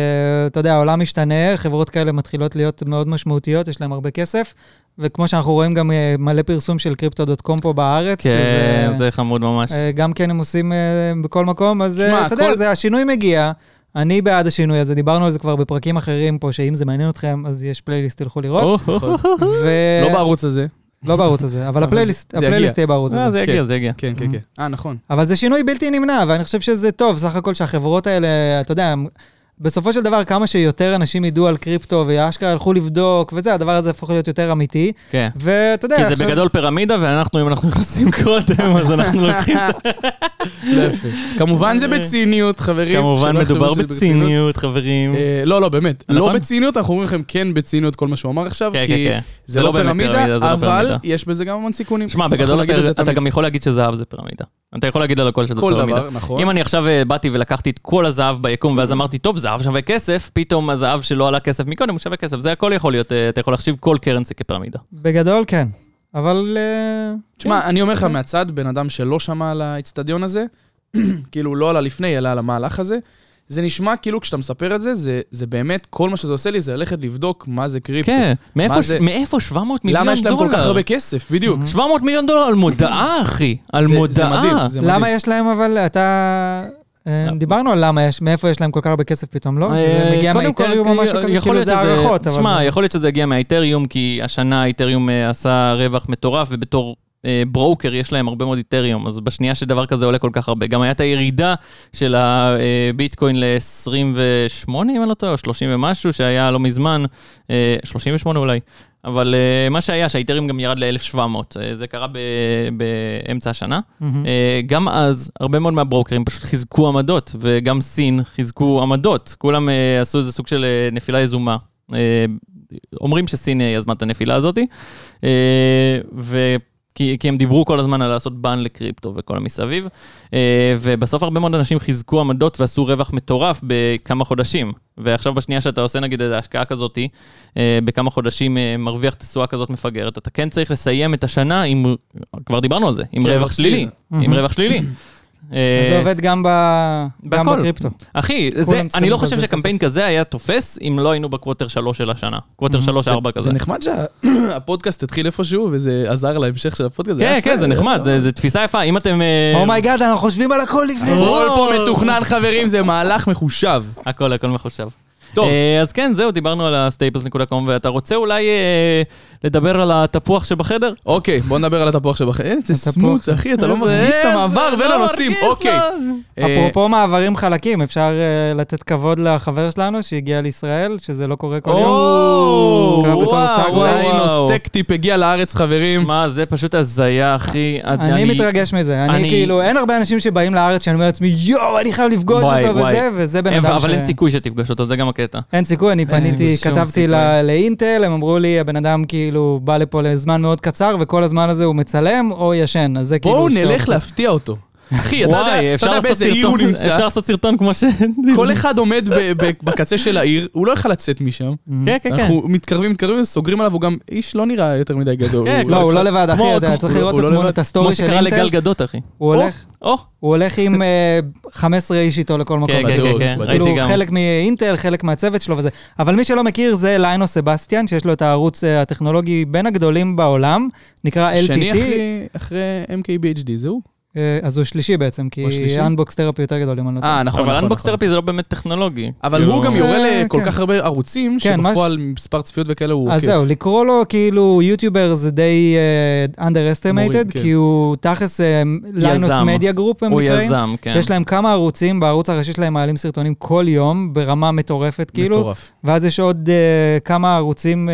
אתה יודע, העולם משתנה, חברות כאלה מתחילות להיות מאוד משמעותיות, יש להן הרבה כסף, וכמו שאנחנו רואים גם אה, מלא פרסום של קריפטו.קום פה בארץ,
כן,
שזה,
זה חמוד ממש.
אה, גם כן הם עושים אה, בכל מקום, אז
שמע,
אה, אתה
הכל-
יודע, זה, השינוי מגיע. אני בעד השינוי הזה, דיברנו על זה כבר בפרקים אחרים פה, שאם זה מעניין אתכם, אז יש פלייליסט, תלכו לראות.
או, או, או,
ו...
נכון.
אה,
לא בערוץ הזה.
לא בערוץ הזה, אבל
אבל
הפלייליסט
זה יגיע.
הפלייליסט יהיה בערוץ הזה.
אה, זה
כן.
יגיע, זה יגיע.
כן, כן, כן. אה, נכון.
אבל זה שינוי בלתי נמנע, ואני חושב שזה טוב, סך הכל שהחברות האלה, אתה יודע, הם- בסופו של דבר, כמה שיותר אנשים ידעו על קריפטו ואשכרה ילכו לבדוק, וזה, הדבר הזה הופך להיות יותר אמיתי.
כן.
ואתה יודע,
כי זה
עכשיו-
בגדול פירמידה, ואנחנו, אם אנחנו נכנסים קודם, אז אנחנו לוקחים...
לא יפה. כמובן זה בציניות, חברים.
כמובן
שלא יחשבו
מדובר
שזה
בציניות, חברים.
אה, לא, לא, באמת.
נכון?
לא בציניות, אנחנו אומרים לכם כן בציניות כל מה שהוא אמר עכשיו,
כן,
כי
כן, כן.
זה לא
באמת פירמידה, זה
פירמידה,
לא
אבל
פירמידה.
יש בזה גם המון סיכונים.
שמע,
אנחנו
בגדול
נגיד
אתה-
את זה
אתה
תמיד.
גם יכול להגיד שזהב זה פירמידה. אתה יכול להגיד על הכל שזה
כל
פירמידה.
דבר, נכון.
אם אני עכשיו אה, באתי ולקחתי את כל הזהב ביקום, ואז אמרתי, טוב, זהב שווה כסף, פתאום הזהב שלא עלה כסף מקודם, הוא שווה כסף. זה הכל יכול להיות, אה, אתה יכול להחשיב כל קרנסי כפירמידה.
בגדול כן. אבל אה,
כן.
תשמע, אני אומר לך מהצד, בן אדם שלא שמע על האיצטדיון הזה, כאילו לא על הלפני, אלא על המהלך הזה, זה נשמע כאילו כשאתה מספר את זה, זה, זה באמת, כל מה שזה עושה לי זה ללכת לבדוק מה זה קריפטו.
כן, מאיפה
מה
ש-
זה-
מאיפה 700 מיליון דולר?
למה יש להם כל כך הרבה כסף? בדיוק.
700 מיליון דולר על מודעה, אחי. על
זה- זה מדהים,
מודעה.
זה מדהים.
למה יש להם, אבל אתה... אה, דיברנו על למה יש, מאיפה יש להם כל כך הרבה כסף פתאום, לא?
אה,
זה מגיע
קודם כל,
מהאיתריום או משהו
יכול
כזה, כאילו
להיות
זה
שזה-
הערכות, אבל...
תשמע, יכול להיות שזה הגיע מהאיתריום, כי השנה האיתריום אה, עשה רווח מטורף, ובתור אה, ברוקר יש להם הרבה מאוד איתריום, אז בשנייה שדבר כזה עולה כל כך הרבה. גם הייתה ירידה של אה, הביטקוין ל-28, אם אני לא טועה, או 30 ומשהו, שהיה לא מזמן, אה, 38 אולי. אבל אה, מה שהיה, שהאיתריום גם ירד ל-1700, אה, זה קרה ב- באמצע השנה.
מהמם.
אה, גם אז, הרבה מאוד מהברוקרים פשוט חיזקו עמדות, וגם סין חיזקו עמדות. כולם אה, עשו איזה סוג של אה, נפילה יזומה. אה, אומרים שסין אה, יזמה את הנפילה הזאת, אה, ו... כי, כי הם דיברו כל הזמן על לעשות בן לקריפטו וכל המסביב, אה, ובסוף הרבה מאוד אנשים חיזקו עמדות ועשו רווח מטורף בכמה חודשים. ועכשיו בשנייה שאתה עושה נגיד איזו השקעה כזאת, אה, בכמה חודשים אה, מרוויח תשואה כזאת מפגרת, אתה כן צריך לסיים את השנה עם, כבר דיברנו על זה, עם
כן,
רווח
מפסיד.
שלילי. עם רווח שלילי. אה,
אז זה עובד גם ב- גם
בהכל.
בקריפטו.
אחי, זה,
כולם
אני
צריכים
לא חושב
לבזבז
שקמפיין כזה היה תופס אם לא היינו בקווטר שלוש של השנה. קווטר שלוש, ארבע כזה.
זה נחמד שהפודקאסט התחיל איפשהו, וזה עזר להמשך של הפודקאסט.
כן,
היה
כן,
יפה.
זה נחמד, זה זה תפיסה יפה. אם אתם... אה,
אומייגאד, Oh אנחנו חושבים על הכל לפני זה.
הכל פה מתוכנן, חברים, זה מהלך מחושב.
הכל, הכל מחושב.
טוב.
אה, אז כן, זהו, דיברנו על ה-staples.com, ואתה רוצה אולי אה, לדבר על התפוח שבחדר?
אוקיי, בוא נדבר על התפוח שבחדר. איזה
התפוח.
סמוט, אחי, אתה לא
איזה-
מרגיש את
איזה-
המעבר
לא
בין
מרגיש,
הנושאים.
לא.
אוקיי. אה,
אפרופו מעברים חלקים, אפשר אה, לתת כבוד לחבר שלנו שהגיע לישראל, שזה לא קורה כל
או,
יום. קרה בתור
וואו,
סאגה.
וואו.
ראינו סטקטיפ הגיע לארץ, חברים.
שמע, זה פשוט הזיה, אחי.
אני מתרגש מזה,
אני-
אני כאילו, אין הרבה אנשים שבאים לארץ שאני אומר לעצמי, יואו, אני חייב לפגוש
וואי,
אותו
וואי.
וזה, וזה בן
אבל
אדם
אבל אין
ש...
סיכוי שתפגוש אותו, זה גם הקטע.
אין סיכוי, אני
סיכוי,
פניתי,
שום
כתבתי
סיכוי.
ל- לאינטל, הם אמרו לי, הבן אדם כאילו בא לפה לזמן מאוד קצר, וכל הזמן הזה הוא מצלם או ישן, אז זה כאילו...
בואו
שתי
נלך
אופציות.
להפתיע אותו. אחי, אתה
וואי,
יודע- אתה
אפשר
יודע
לעשות
באיזה עיר הוא
סרטון,
נמצא.
אפשר לעשות סרטון כמו ש...
כל אחד עומד ב- ב- בקצה של העיר, הוא לא יכל לצאת משם.
כן, כן, כן.
אנחנו מתקרבים, מתקרבים, סוגרים עליו, הוא גם איש לא נראה יותר מדי גדול.
כן,
לא, הוא לא
אפשר-
לבד, אחי,
כמו-
יודע,
כמו-
צריך
הוא-
לראות
הוא
את
לא
תמונות
לבד.
כמו
הסטורי של
שקרה לגל
אינטל.
גדות, אחי.
הוא הולך,
או,
הוא הולך עם אה, 15 איש איתו לכל מקום.
כן, כן, כן,
בדעות,
כן,
בדעות.
ראיתי
כאילו
גם.
חלק מאינטל, חלק מהצוות שלו וזה. אבל מי שלא מכיר זה ליינו סבסטיאן, שיש לו את הערוץ אה, הטכנולוגי בין הגדולים בעולם, נקרא
שני
LTT.
אחרי- אחרי MKBHD, זהו?
אה, אז הוא שלישי בעצם, כי
הוא השלישי?
אנבוקס תרפי יותר גדול, אם אני לא טועה.
אה, נכון, נכון.
אבל אנבוקס
נכון.
תרפי זה לא באמת טכנולוגי.
אבל
כאילו-
הוא גם יורה
אה,
לכל
כן.
כך הרבה ערוצים,
כן, מה ש-
שבפועל מספר צפיות וכאלה הוא
אז
עוקף.
זהו, לקרוא לו כאילו יוטיובר זה די אה,
מוריד,
underestimated,
כן.
כי הוא תכלס אה, ליינוס מדיה גרופ הם
הוא
נקראים.
יזם, כן.
יש להם כמה ערוצים, בערוץ הראשי שלהם מעלים סרטונים כל יום, ברמה מטורפת כאילו,
מטורף.
ואז יש עוד אה, כמה ערוצים אה,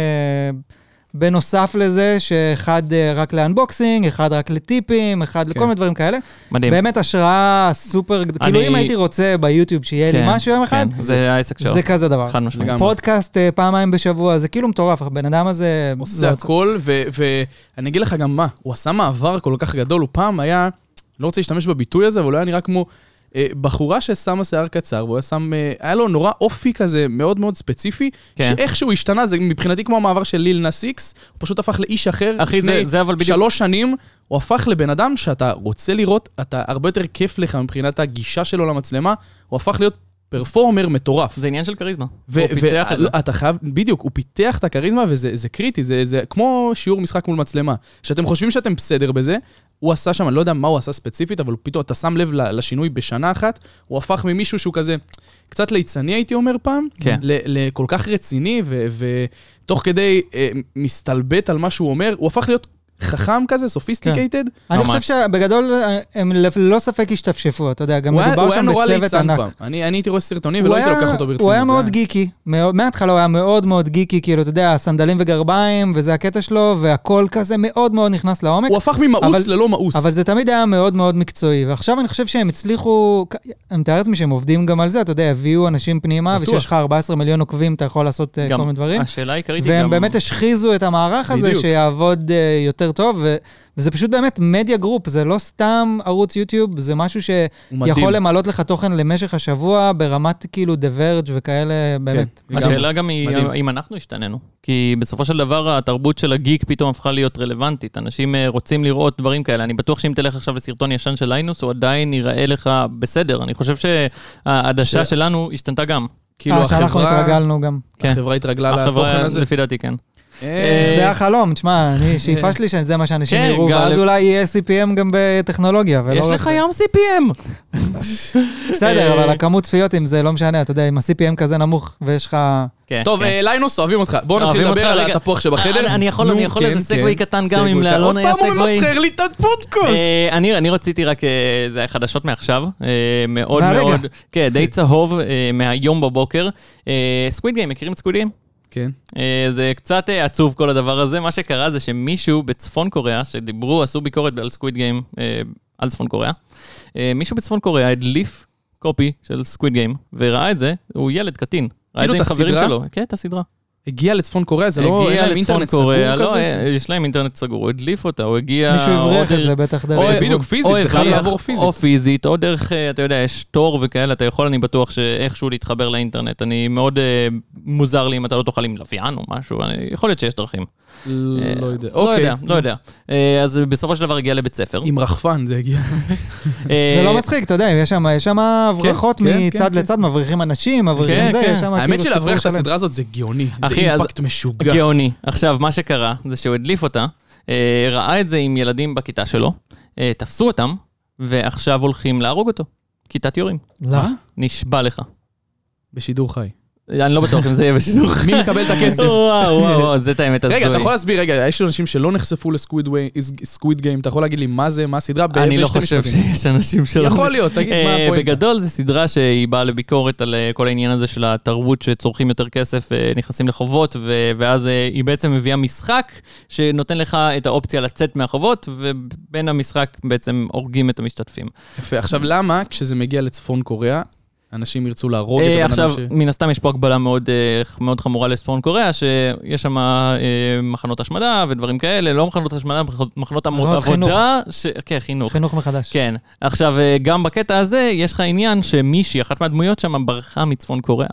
בנוסף לזה, שאחד אה, רק לאנבוקסינג, אחד רק לטיפים, אחד
כן.
לכל מיני דברים כאלה.
מדהים.
באמת השראה סופר, גד- כאילו
אני-
אם הייתי רוצה ביוטיוב שיהיה לי
כן,
משהו אה, יום אחד,
כן, זה העסק שלו.
זה כזה דבר.
חד משמעית.
לגמרי.
פודקאסט אה, פעמיים בשבוע, זה כאילו מטורף, הבן אדם הזה...
עושה
לא-
הכל, ו- ואני אגיד לך גם מה, הוא עשה מעבר כל כך גדול, הוא פעם היה, אני לא רוצה להשתמש בביטוי הזה, אבל הוא היה נראה כמו אה, בחורה ששמה שיער קצר, והוא היה שם, אה, היה לו נורא אופי כזה מאוד מאוד ספציפי,
כן.
שאיכשהו השתנה, זה מבחינתי כמו המעבר של ליל נס איקס, הוא פשוט הפך לאיש אחר
אחי, זה-
לפני
זה אבל בדיוק...
שלוש שנים. הוא הפך לבן אדם שאתה רוצה לראות, אתה הרבה יותר כיף לך מבחינת הגישה שלו למצלמה, הוא הפך להיות פרפורמר מטורף.
זה עניין של כריזמה.
ו-
הוא פיתח את זה.
אתה חייב, בדיוק, הוא פיתח את הכריזמה וזה זה קריטי, זה, זה כמו שיעור משחק מול מצלמה. שאתם חושבים שאתם בסדר בזה, הוא עשה שם, אני לא יודע מה הוא עשה ספציפית, אבל הוא פתאום, אתה שם לב ל- לשינוי בשנה אחת, הוא הפך ממישהו שהוא כזה קצת ליצני, הייתי אומר פעם,
כן.
ל- לכל כך רציני, ו- ותוך כדי אה, מסתלבט על מה שהוא אומר, הוא הפך להיות חכם כזה, סופיסטיקייטד.
אני
ממש.
חושב שבגדול אה, הם ללא ספק השתפשפו, אתה יודע, גם
הוא היה-
מדובר
הוא היה
שם
נורא
בצוות
ליצן
ענק.
פעם. אני אני הייתי רואה סרטונים
הוא
ולא לא הייתי
היה-
לוקח אותו ברצינות.
הוא היה
זה
מאוד גיקי, מאוד- מההתחלה הוא היה מאוד מאוד גיקי, כאילו, אתה יודע, סנדלים וגרביים, וזה הקטע שלו, והכל כזה מאוד מאוד נכנס לעומק.
הוא הפך ממאוס
אבל- אה,
ללא מאוס.
אבל זה תמיד היה מאוד מאוד מקצועי, ועכשיו אני חושב שהם הצליחו, אני מתאר לעצמי שהם עובדים גם על זה, אתה יודע, הביאו אנשים פנימה,
בטוח.
וכשיש לך 14 מיליון עוקבים, אתה יכול לעשות אה,
גם
כל מיני דברים.
השאלה העיקרית היא גם...
והם באמת השחיזו את המערך הזה
בדיוק.
שיעבוד אה, יותר טוב, ו- וזה פשוט באמת מדיה גרופ, זה לא סתם ערוץ יוטיוב, זה משהו
הוא מדהים.
שיכול למלות לך תוכן למשך השבוע ברמת כאילו The Verge וכאלה, באמת.
לגמרי.
כן. השאלה גם היא
מדהים.
אם אנחנו השתננו, כי בסופו של דבר התרבות של הגיק פתאום הפכה להיות רלוונטית, אנשים אה, רוצים לראות דברים כאלה, אני בטוח שאם תלך עכשיו לסרטון ישן של ליינוס, הוא עדיין ייראה לך בסדר, אני חושב שהעדשה
ש-
שלנו השתנתה גם.
כאילו
אה, שאנחנו
החברה-
התרגלנו גם.
כן.
החברה התרגלה לתוכן
החברה,
הזה.
לפי דעתי כן. אה,
זה החלום, תשמע, אני, שאיפה שלי שזה מה שאנשים
כן,
יראו,
גם
ואז
לפ-
אולי יהיה CPM גם בטכנולוגיה, ולא...
יש
רק-
לך ים CPM.
בסדר,
אה,
אבל הכמות צפיות עם זה לא משנה, אתה יודע, אם ה-CPM כזה נמוך ויש לך...
כן,
טוב,
כן.
אה, ליינוס, אוהבים אותך. בואו נתחיל
לא, אוהבים
לדבר
אותך,
על
רגע. אה,
התפוח שבחדר.
אני- אני יכול-
נו,
אני יכול
כן,
איזה
כן.
סגווי קטן גם, אם
סגווי קטן.
לאלון היה
עוד פעם הוא
סגווי.
ממסחר לי את הפודקאסט.
אה, אני, אני רציתי רק, אה, זה היה חדשות מעכשיו, אה, מאוד
מהרגע.
מאוד, כן, די צהוב אה, מהיום בבוקר. סקוויד גיים, מכירים את סקוויד גיים?
כן.
אה, זה קצת אה, עצוב כל הדבר הזה, מה שקרה זה שמישהו בצפון קוריאה, שדיברו, עשו ביקורת על סקוויד גיים, אה, על צפון קוריאה, אה, מישהו בצפון קוריאה הדליף קופי של סקוויד גיים, וראה את זה, הוא ילד קטין. ראה את
כאילו
זה עם
את
חברים
הסדרה?
שלו. כן, את הסדרה.
הגיע לצפון קוריאה, זה לא... אין
הגיע
להם
לצפון
אינטרנט סגור
קוריאה, לא,
כזה?
אה, יש להם אינטרנט סגור, הוא הדליף אותה, הוא הגיע...
מישהו
או
הבריח את
דרך-
זה בטח
או-
דרך...
בדיוק,
או-
פיזית,
או
זה חייב
הבריח,
לעבור פיזית.
או פיזית, או דרך, אה, אתה יודע, יש תור וכאלה, אתה יכול, אני בטוח שאיכשהו להתחבר לאינטרנט. אני מאוד אה, מוזר לי אם אתה לא תוכל עם לוויין או משהו, אני- יכול להיות שיש דרכים.
לא יודע.
לא
אוקיי.
יודע, לא יודע. אה, אז בסופו של דבר הגיע לבית ספר.
עם רחפן זה הגיע.
אה,
זה לא מצחיק, אתה יודע, יש שם- יש שם הברחות
כן, כן,
מצד
כן.
לצד, מבריחים אנשים, מבריחים
כן,
זה,
כן.
יש שם כאילו
האמת שלהבריח את
סיפור שלם.
הסדרה הזאת זה גאוני. זה
אחי, אז-
אימפקט משוגע.
גאוני. עכשיו, מה שקרה זה שהוא הדליף אותה, אה, ראה את זה עם ילדים בכיתה שלו, אה, תפסו אותם, ועכשיו הולכים להרוג אותו. כיתת יורים.
לא.
נשבע לך.
בשידור חי.
אני לא בטוח אם זה יהיה בשידור.
מי מקבל את הכסף?
וואו, וואו, וואו, זה את האמת הזוי.
רגע, אתה יכול להסביר, רגע, יש אנשים שלא נחשפו לסקוויד גיים, אתה יכול להגיד לי מה זה, מה הסדרה? ב-
אני לא
בשתי
חושב
משפטים.
שיש אנשים שלא...
יכול להיות, תגיד מה
אה,
הפואנטה.
בגדול זו סדרה שהיא באה לביקורת על אה, כל העניין הזה של התרבות שצורכים יותר כסף, אה, נכנסים לחובות, ו- ואז אה, היא בעצם מביאה משחק שנותן לך את האופציה לצאת מהחובות, ובין המשחק בעצם הורגים את המשתתפים.
יפה, עכשיו למה כשזה מגיע לצפון קוריאה, אנשים ירצו להרוג את
אה,
הבן אדם
עכשיו,
ש...
מן הסתם יש פה הגבלה מאוד, אה, מאוד חמורה לצפון קוריאה, שיש שם אה, מחנות השמדה ודברים כאלה, לא מחנות השמדה, מחנות- מחנות
מחנות
לא,
עבודה, ש- כן, חינוך.
חינוך מחדש.
כן. עכשיו, אה, גם בקטע הזה, יש לך עניין שמישהי, אחת מהדמויות שם, ברחה מצפון קוריאה.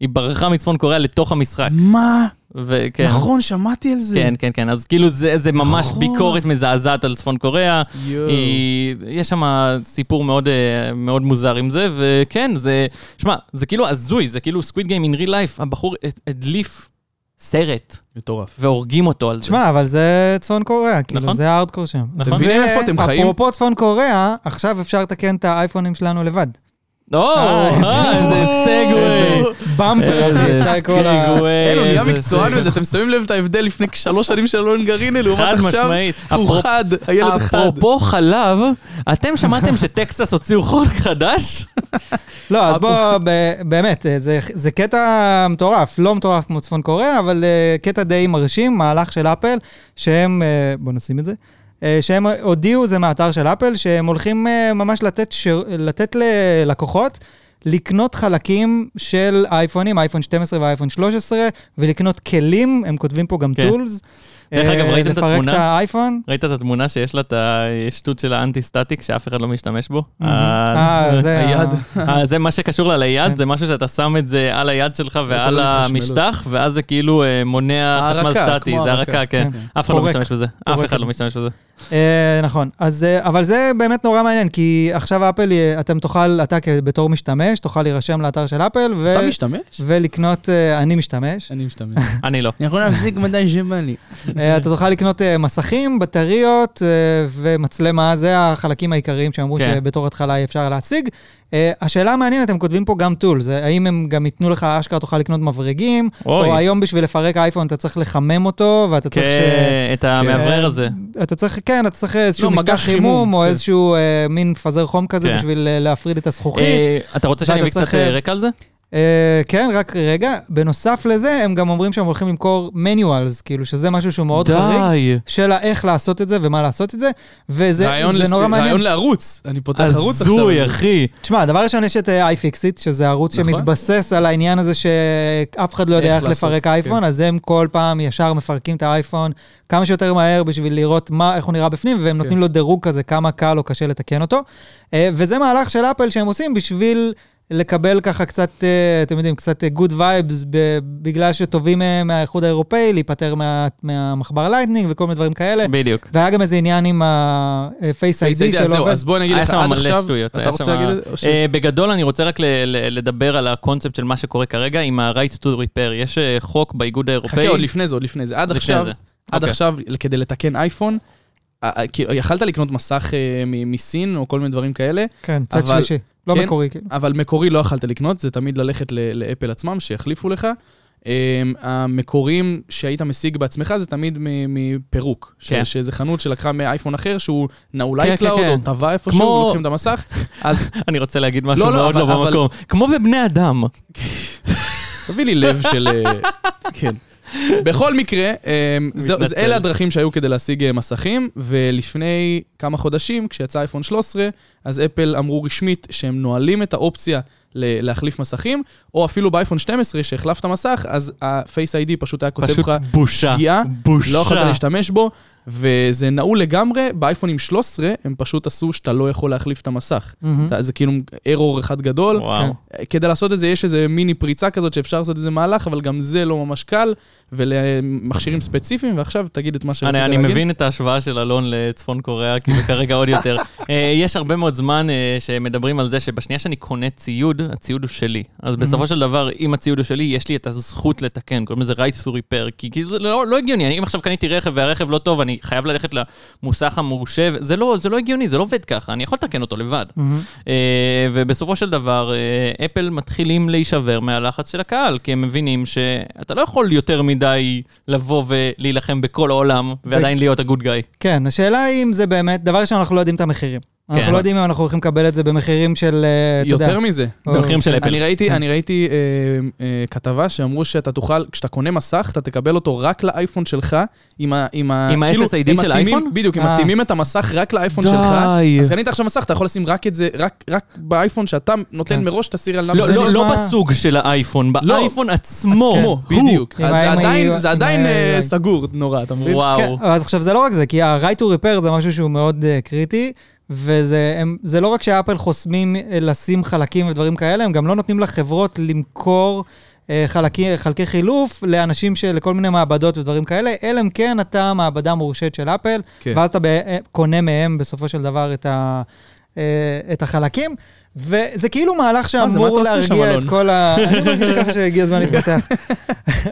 היא ברחה מצפון קוריאה לתוך המשחק.
מה?
וכן.
נכון, שמעתי על זה.
כן, כן, כן. אז כאילו זה, זה ממש
נכון.
ביקורת מזעזעת על צפון קוריאה.
יואו.
היא, יש שם סיפור מאוד, אה, מאוד מוזר עם זה, וכן, זה... שמע, זה כאילו הזוי, זה כאילו סקוויד גיים אין ריל לייף, הבחור הד- הדליף סרט,
מטורף.
והורגים אותו על זה.
תשמע, אבל זה צפון קוריאה, כאילו,
נכון.
זה הארדקור שם.
נכון.
מבינים איפה אתם חיים?
אפרופו צפון קוריאה, עכשיו אפשר לתקן את האייפונים שלנו לבד.
או,
אה, איזה-
אה, איזה סגווי.
במפר, אחי, אפשר
איזה
לקרוא לה...
סגווי.
אין, הוא נהיה
איזה
מקצוען בזה, אתם שמים לב את ההבדל לפני שלוש שנים של אלון גריני לעומת
חד
עכשיו?
משמעית.
הוא
אפרופ-
חד, הילד חד.
אפרופו חלב, אתם שמעתם שטקסס הוציאו חוק חדש?
לא, אז בוא, ב- באמת, אה, זה- זה קטע מטורף, לא מטורף כמו צפון קוריאה, אבל אה, קטע די מרשים, מהלך של אפל, שהם, אה, בוא נשים את זה, אה, שהם הודיעו, זה מהאתר של אפל, שהם הולכים אה, ממש לתת שיר- לתת ללקוחות. לקנות חלקים של אייפונים, אייפון 12 ואייפון 13, ולקנות כלים, הם כותבים פה גם
כן.
טולס. אה,
דרך אגב, ראיתם את
לפרק
התמונה?
את האייפון.
ראית את התמונה שיש לה את השטות של האנטי-סטטיק שאף אחד לא משתמש בו?
אה, זה... ה-
היד.
אה, זה מה שקשור לה ליד,
כן.
זה משהו שאתה שם את זה על היד שלך ועל
יכולה להתחשמל
המשטח, ואז זה כאילו אה, מונע
הערקה,
חשמל סטטי,
כמו
זה
הערקה,
הרקה, כן.
כן.
אף אחד לא
פורק.
משתמש בזה, אף
פורק
אחד
את
לא
זה.
משתמש בזה.
אה, נכון, אז, אה, אבל זה באמת נורא מעניין, כי עכשיו אפל, אה, אתם תוכל, אתה כ- בתור משתמש, תוכל להירשם לאתר של אפל ו-
אתה משתמש?
ולקנות, אה, אני משתמש,
אני משתמש.
אני לא.
אני יכול להפסיק מתי שבא לי.
אה, אתה תוכל לקנות אה, מסכים, בטריות אה, ומצלמה, זה החלקים העיקריים שאמרו
כן.
שבתור התחלה אי אפשר להשיג. אה, השאלה המעניינת, הם כותבים פה גם טול, זה האם הם גם ייתנו לך, אשכרה תוכל לקנות מברגים, או
אוי,
היום בשביל לפרק אייפון אתה צריך לחמם אותו, ואתה צריך ש...
כן, את המאוורר הזה.
אתה צריך, כן, אתה צריך איזשהו
לא,
מגע
מגע
חימום,
חימום,
או
כן.
איזשהו אה, מין מפזר חום כזה
כן.
בשביל אה, להפריד את הזכוכית.
אה, אתה רוצה שאני
ואתה
אביא קצת
צריך,
אה,
אה,
רקע על זה?
אה, כן, רק רגע. בנוסף לזה, הם גם אומרים שהם הולכים למכור מניואלס, כאילו, שזה משהו שהוא מאוד חריג.
די.
של איך לעשות את זה ומה לעשות את זה, וזה
רעיון
זה
לס-
נורא מעניין.
רעיון לערוץ. אני פותח ערוץ עכשיו.
הזוי, אחי.
תשמע, דבר ראשון, יש את אה, iFixit, שזה ערוץ
נכון.
שמתבסס על העניין הזה שאף אחד לא יודע
איך
איך
לעשות,
לפרק
כן.
אייפון, אז הם כל פעם ישר מפרקים את האייפון כמה שיותר מהר בשביל לראות מה, איך הוא נראה בפנים,
כן.
והם נותנים לו דירוג כזה, כמה קל או קשה לתקן אותו. אה, וזה מהלך של אפל שהם עושים בשביל לקבל ככה קצת, אה, אתם יודעים, קצת אה, good vibes, ב- בגלל שטובים אה, מהאיחוד האירופאי, להיפטר מה- מהמחבר לייטנינג וכל מיני דברים כאלה.
בדיוק.
והיה גם איזה עניין עם אה, ה-Face
אז
ID שלא
זהו,
עובד.
כן, אז בוא אני אגיד
היה
לך,
שם
עד
מלא
עכשיו...
שטויות.
אתה
היה
רוצה
שם-
להגיד את זה? או ש-
אה, בגדול אני רוצה רק ל- ל- לדבר על הקונספט של מה שקורה כרגע עם ה-right to repair. יש אה, חוק באיגוד האירופאי.
חכה, עוד לפני זה, עוד לפני זה. עד
לפני
עכשיו,
זה.
עד
אוקיי.
עכשיו, כדי לתקן אייפון, אה, אה, כאילו, יכלת לקנות מסך אה, מ- מסין או כל מיני דברים כאלה,
כן, צד
אבל-
שלישי. לא
כן.
מקורי, כאילו.
אבל מקורי לא יכלת לקנות, זה תמיד ללכת ל- לאפל עצמם, שיחליפו לך. אה, המקורים שהיית משיג בעצמך זה תמיד מ- מפירוק. ש-
כן.
שזה חנות שלקחה מאייפון אחר, שהוא נעול
כן, כן,
אייקלאוד,
כן.
או טבע איפשהו,
כמו-
לוקחים את המסך. אז
אני רוצה להגיד משהו
לא, לא,
מאוד
אבל-
לא
אבל-
במקום. כמו בבני אדם.
תביא לי לב של... אה, כן. בכל מקרה, אה, זה-
מתנצל.
זה- אלה הדרכים שהיו כדי להשיג אה, מסכים, ולפני כמה חודשים, כשיצא אייפון 13, אז אפל אמרו רשמית שהם נועלים את האופציה ל- להחליף מסכים, או אפילו באייפון 12, שהחלפת מסך, אז ה-Face ID פשוט היה כותב
פשוט
לך,
בושה.
פגיעה,
בושה.
לא יכולת להשתמש בו, וזה נעול לגמרי, באייפונים 13 הם פשוט עשו שאתה לא יכול להחליף את המסך.
Mm-hmm.
מהמם.
אתה- זה כאילו ארור אחד גדול.
וואו.
כדי לעשות את זה, יש איזה מיני פריצה כזאת שאפשר לעשות איזה מהלך, אבל גם זה לא ממש קל, ולמכשירים ספציפיים, ועכשיו תגיד את מה שרצית
אני,
להגיד.
אני מבין את ההשוואה של אלון לצפון קוריאה, כאילו כרגע עוד יותר. אה, יש הרבה מאוד זמן אה, שמדברים על זה שבשנייה שאני קונה ציוד, הציוד הוא שלי. אז
Mhm.
בסופו של דבר, אם הציוד הוא שלי, יש לי את הזכות לתקן, קוראים לזה right to repair, כי, כי זה לא, לא הגיוני. אני, אם עכשיו קניתי רכב והרכב לא טוב, אני חייב ללכת למוסך המורשה, ו- זה לא, זה לא הגיוני, זה לא עובד ככה, אני יכול לתקן אותו לבד.
מהמם.
אה, ובסופו של דבר, אה, אפל מתחילים להישבר מהלחץ של הקהל, כי הם מבינים שאתה לא יכול יותר מדי לבוא ולהילחם בכל העולם, ועדיין להיות הגוד גאי.
אה,
כן, השאלה היא אם זה באמת, דבר ראשון, אנחנו לא יודעים את המחירים.
כן.
אנחנו לא יודעים אם אנחנו הולכים לקבל את זה במחירים של, אה, אתה יודע. כן.
יותר מזה.
או-
במחירים של אפל.
אני ראיתי, אני ראיתי אה, אה, כתבה שאמרו שאתה תוכל, כשאתה קונה מסך, אתה תקבל אותו רק לאייפון שלך, עם ה... עם ה...
עם
כאילו,
ה-SSID
הם
של
מתאימים-
האייפון?
בדיוק, הם
אה.
מתאימים את המסך רק לאייפון
די.
שלך. אז קנית עכשיו מסך, אתה יכול לשים רק את זה, רק- רק באייפון שאתה נותן
כן.
מראש את הסיריאל
לא,
נאמבר.
לא,
נשמע-
לא בסוג של האייפון,
לא.
באייפון עצמו.
עצמו,
הוא.
בדיוק.
עם
אז
ה-
זה
עם
עדיין-
ה-
זה
עם
עדיין
ה-
אה,
עם ה-
סגור נורא, אתה מבין?
וואו.
כן, אז עכשיו זה לא רק זה, כי ה-right to repair זה משהו שהוא מאוד אה, קריטי, וזה הם- זה לא רק שאפל חוסמים אה, לשים חלקים ודברים כאלה, הם גם לא נותנים לחברות למכור אה, חלקי, חלקי חילוף לאנשים של כל מיני מעבדות ודברים כאלה, אלא אם כן אתה מעבדה מורשית של אפל,
כן.
כן. ואז אתה ב- אה, קונה מהם בסופו של דבר את, ה, אה, את החלקים. וזה כאילו מהלך
מה אה, זה, מה אתה
שאמור
עושה שם,
להרגיע את
אלון?
כל ה... אני מרגיש ככה שהגיע הזמן להתפתח.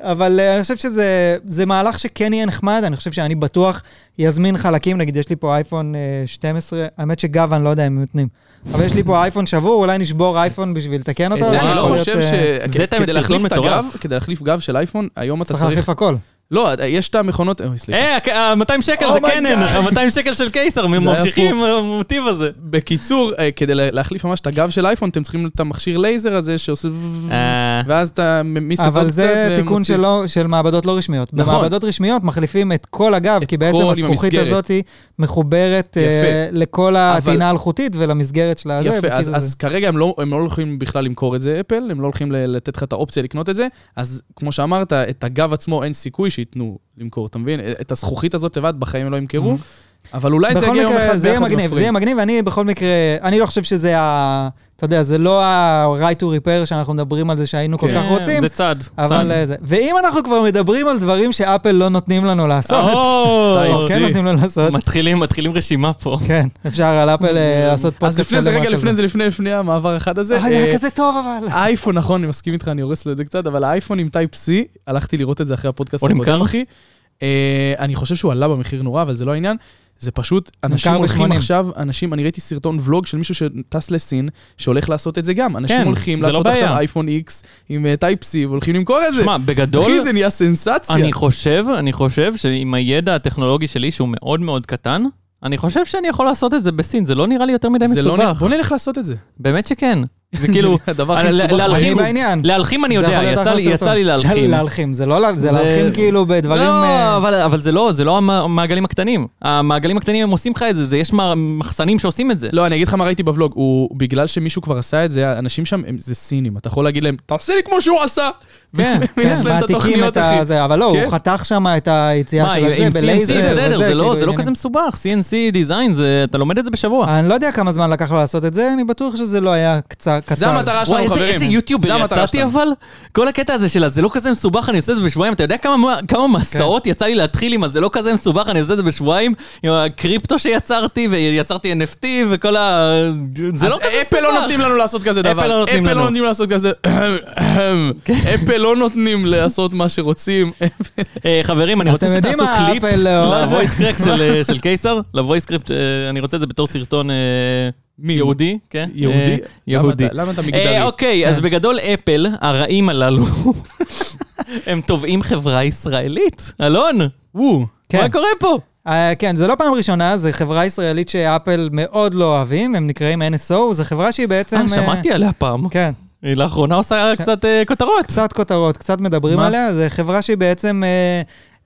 אבל אה, אני חושב שזה זה מהלך שכן יהיה נחמד, אני חושב שאני בטוח יזמין חלקים, נגיד יש לי פה אייפון אה, 12, האמת שגב, אני לא יודע אם הם נותנים, אבל יש לי פה אייפון שבור, אולי נשבור אייפון בשביל לתקן אותו.
את זה
אבל
אני לא
וואו.
יכול
חושב
להיות,
ש...
אה,
זה אתה
כדי
מצליח,
להחליף
לא
את
מטורף.
הגב, כדי להחליף גב של אייפון, היום אתה
צריך להחליף
צריך...
הכל.
לא, יש את המכונות... אוי, סליחה.
אה, ה-200 שקל זה
כן. Oh my
קנן,
God.
ה-200 שקל של קיסר,
היה
ממשיכים עם המוטיב הזה.
בקיצור, אה, כדי לה- להחליף ממש את הגב של אייפון, אתם צריכים את המכשיר לייזר הזה שעושה...
אה,
ואז אתה ממיס את זה עוד
אבל
קצת.
זה תיקון
ומוציא-
שלא, של מעבדות לא רשמיות.
נכון.
במעבדות רשמיות מחליפים את כל הגב,
את
כי בעצם
כל עם
הזכוכית
המסגרת.
הזאת היא מחוברת
יפה.
אה, לכל
אבל-
הטעינה האלחוטית ולמסגרת של הזה.
יפה, אז,
וכאילו
אז
אה, זה-
כרגע הם לא, הם לא הולכים בכלל למכור את זה, אפל, הם לא הולכים ל- לתת לך את האופציה לקנות את זה, אז כמו שאמרת, את הגב עצמו אין סיכוי שייתנו למכור, אתה מבין? את הזכוכית הזאת לבד בחיים הם לא ימכרו, אבל אולי זה
בכל
יגיע יום אחד
מקרה, זה יהיה
ביחד עם
מגניב, זה יהיה
הפריים.
מגניב, ואני בכל מקרה, אני לא חושב שזה ה... אתה יודע, זה לא ה-right to repair שאנחנו מדברים על זה שהיינו כל
כן.
כך רוצים,
זה צעד,
אבל
צעד.
אה, זה. ואם אנחנו כבר מדברים על דברים שאפל לא נותנים לנו
אה,
לעשות,
או,
או כן נותנים לנו לעשות,
אה, מתחילים, מתחילים רשימה פה.
כן, אפשר על אפל אה, לעשות פודקאסט
אז לפני זה,
שלם
רגע,
רק על
לפני זה, לפני, לפני המעבר החד הזה.
אה, זה היה
אה,
כזה טוב אבל.
האייפון, נכון, אני מסכים איתך, אני הורס לו את זה קצת, אבל האייפון עם טייפ C, הלכתי לראות את זה אחרי הפודקאסט
הוא נמכר?
הקודם, אחי. אה, אני חושב שהוא עלה במחיר נורא, אבל זה לא העניין. זה פשוט, אנשים
נמכר
הולכים
ב-80.
עכשיו, אנשים, אני ראיתי סרטון ולוג של מישהו שטס לסין, שהולך לעשות את זה גם. אנשים
כן,
הולכים
זה לא
לעשות
בעיה.
עכשיו אייפון X עם אה, טייפ C, והולכים למכור את זה.
שמע, בגדול,
אחי, זה נהיה סנסציה.
אני חושב, אני חושב שעם הידע הטכנולוגי שלי, שהוא מאוד מאוד קטן, אני חושב שאני יכול לעשות את זה בסין, זה לא נראה לי יותר מדי
זה לא נ-
מסובך.
בוא נלך לעשות את זה.
באמת שכן. זה כאילו,
הדבר הכי
על-
מסובך
להלחים-
אני
בעולם.
בעניין.
להלחים כאילו, אני יודע,
זה יכול להיות
יצא
אחלה
לי-
סרטון.
יצא לי
של
להלחים.
להלחים, זה לא לה- זה
זה-
להלחים כאילו בדברים...
לא,
אה,
אבל, אבל זה לא, זה לא המ- המעגלים הקטנים. המעגלים הקטנים הם עושים לך את זה, זה יש מע- מחסנים שעושים את זה.
לא, אני אגיד לך מה ראיתי בוולוג, הוא, בגלל שמישהו כבר עשה את זה, האנשים שם, הם, זה סינים, אתה יכול להגיד להם, תעשה לי כמו שהוא עשה!
כן.
ויש
כן,
להם את
מעתיקים
התוכניות,
את
אחי.
הזה, אבל לא, הוא
כן.
חתך שם את היציאה
מה,
של
עם
הזה
עם CNC,
בלייזר.
בסדר,
וזה,
זה לא-
כאילו,
זה לא כזה
עניינים.
מסובך, CNC, דיזיין, זה- אתה לומד את זה בשבוע.
אני לא יודע כמה זמן לקח לו לעשות את זה, אני בטוח שזה לא היה קצר, קצר.
זה המטרה שלנו,
וואי, איזה,
חברים.
איזה יוטיובר
זה המטרה
יצאתי
שלנו.
אבל? כל הקטע הזה שלה, זה לא כזה מסובך, אני עושה את זה בשבועיים. אתה יודע כמה, כמה
כן.
מסעות יצא לי להתחיל עם הזה, לא כזה מסובך, אני עושה את זה בשבועיים, עם הקריפטו שיצרתי, ויצרתי NFT, וכל ה... זה לא כזה מסובך.
אז אפל לא נותנים לנו לעשות כזה דבר.
אפל לא נותנים
אפל
לנו.
לא נותנים לעשות כזה... אפל לא נותנים לעשות מה שרוצים.
אה, חברים, אני
אתם
רוצה
יודעים
שתעשו
מה,
קליפ
אפל, אה,
ל-voice crack של, אה, של קיסר, ל-voice crack, אה, אני רוצה את זה בתור סרטון אה,
מי?
יהודי, כן?
יהודי?
אה,
למה
יהודי.
אתה- למה כן. אתה מגדרי?
אה, אוקיי, אז בגדול אפל, הרעים הללו, הם תובעים חברה ישראלית. אלון,
וואו.
מה
כן.
קורה פה?
אה, כן, זו לא פעם ראשונה, זו חברה ישראלית שאפל מאוד לא אוהבים, הם נקראים NSO, זו חברה שהיא בעצם...
אה, שמעתי עליה פעם.
כן,
היא לאחרונה עושה קצת אה, כותרות.
קצת כותרות, קצת מדברים
מה?
עליה, זו חברה שהיא בעצם... אה,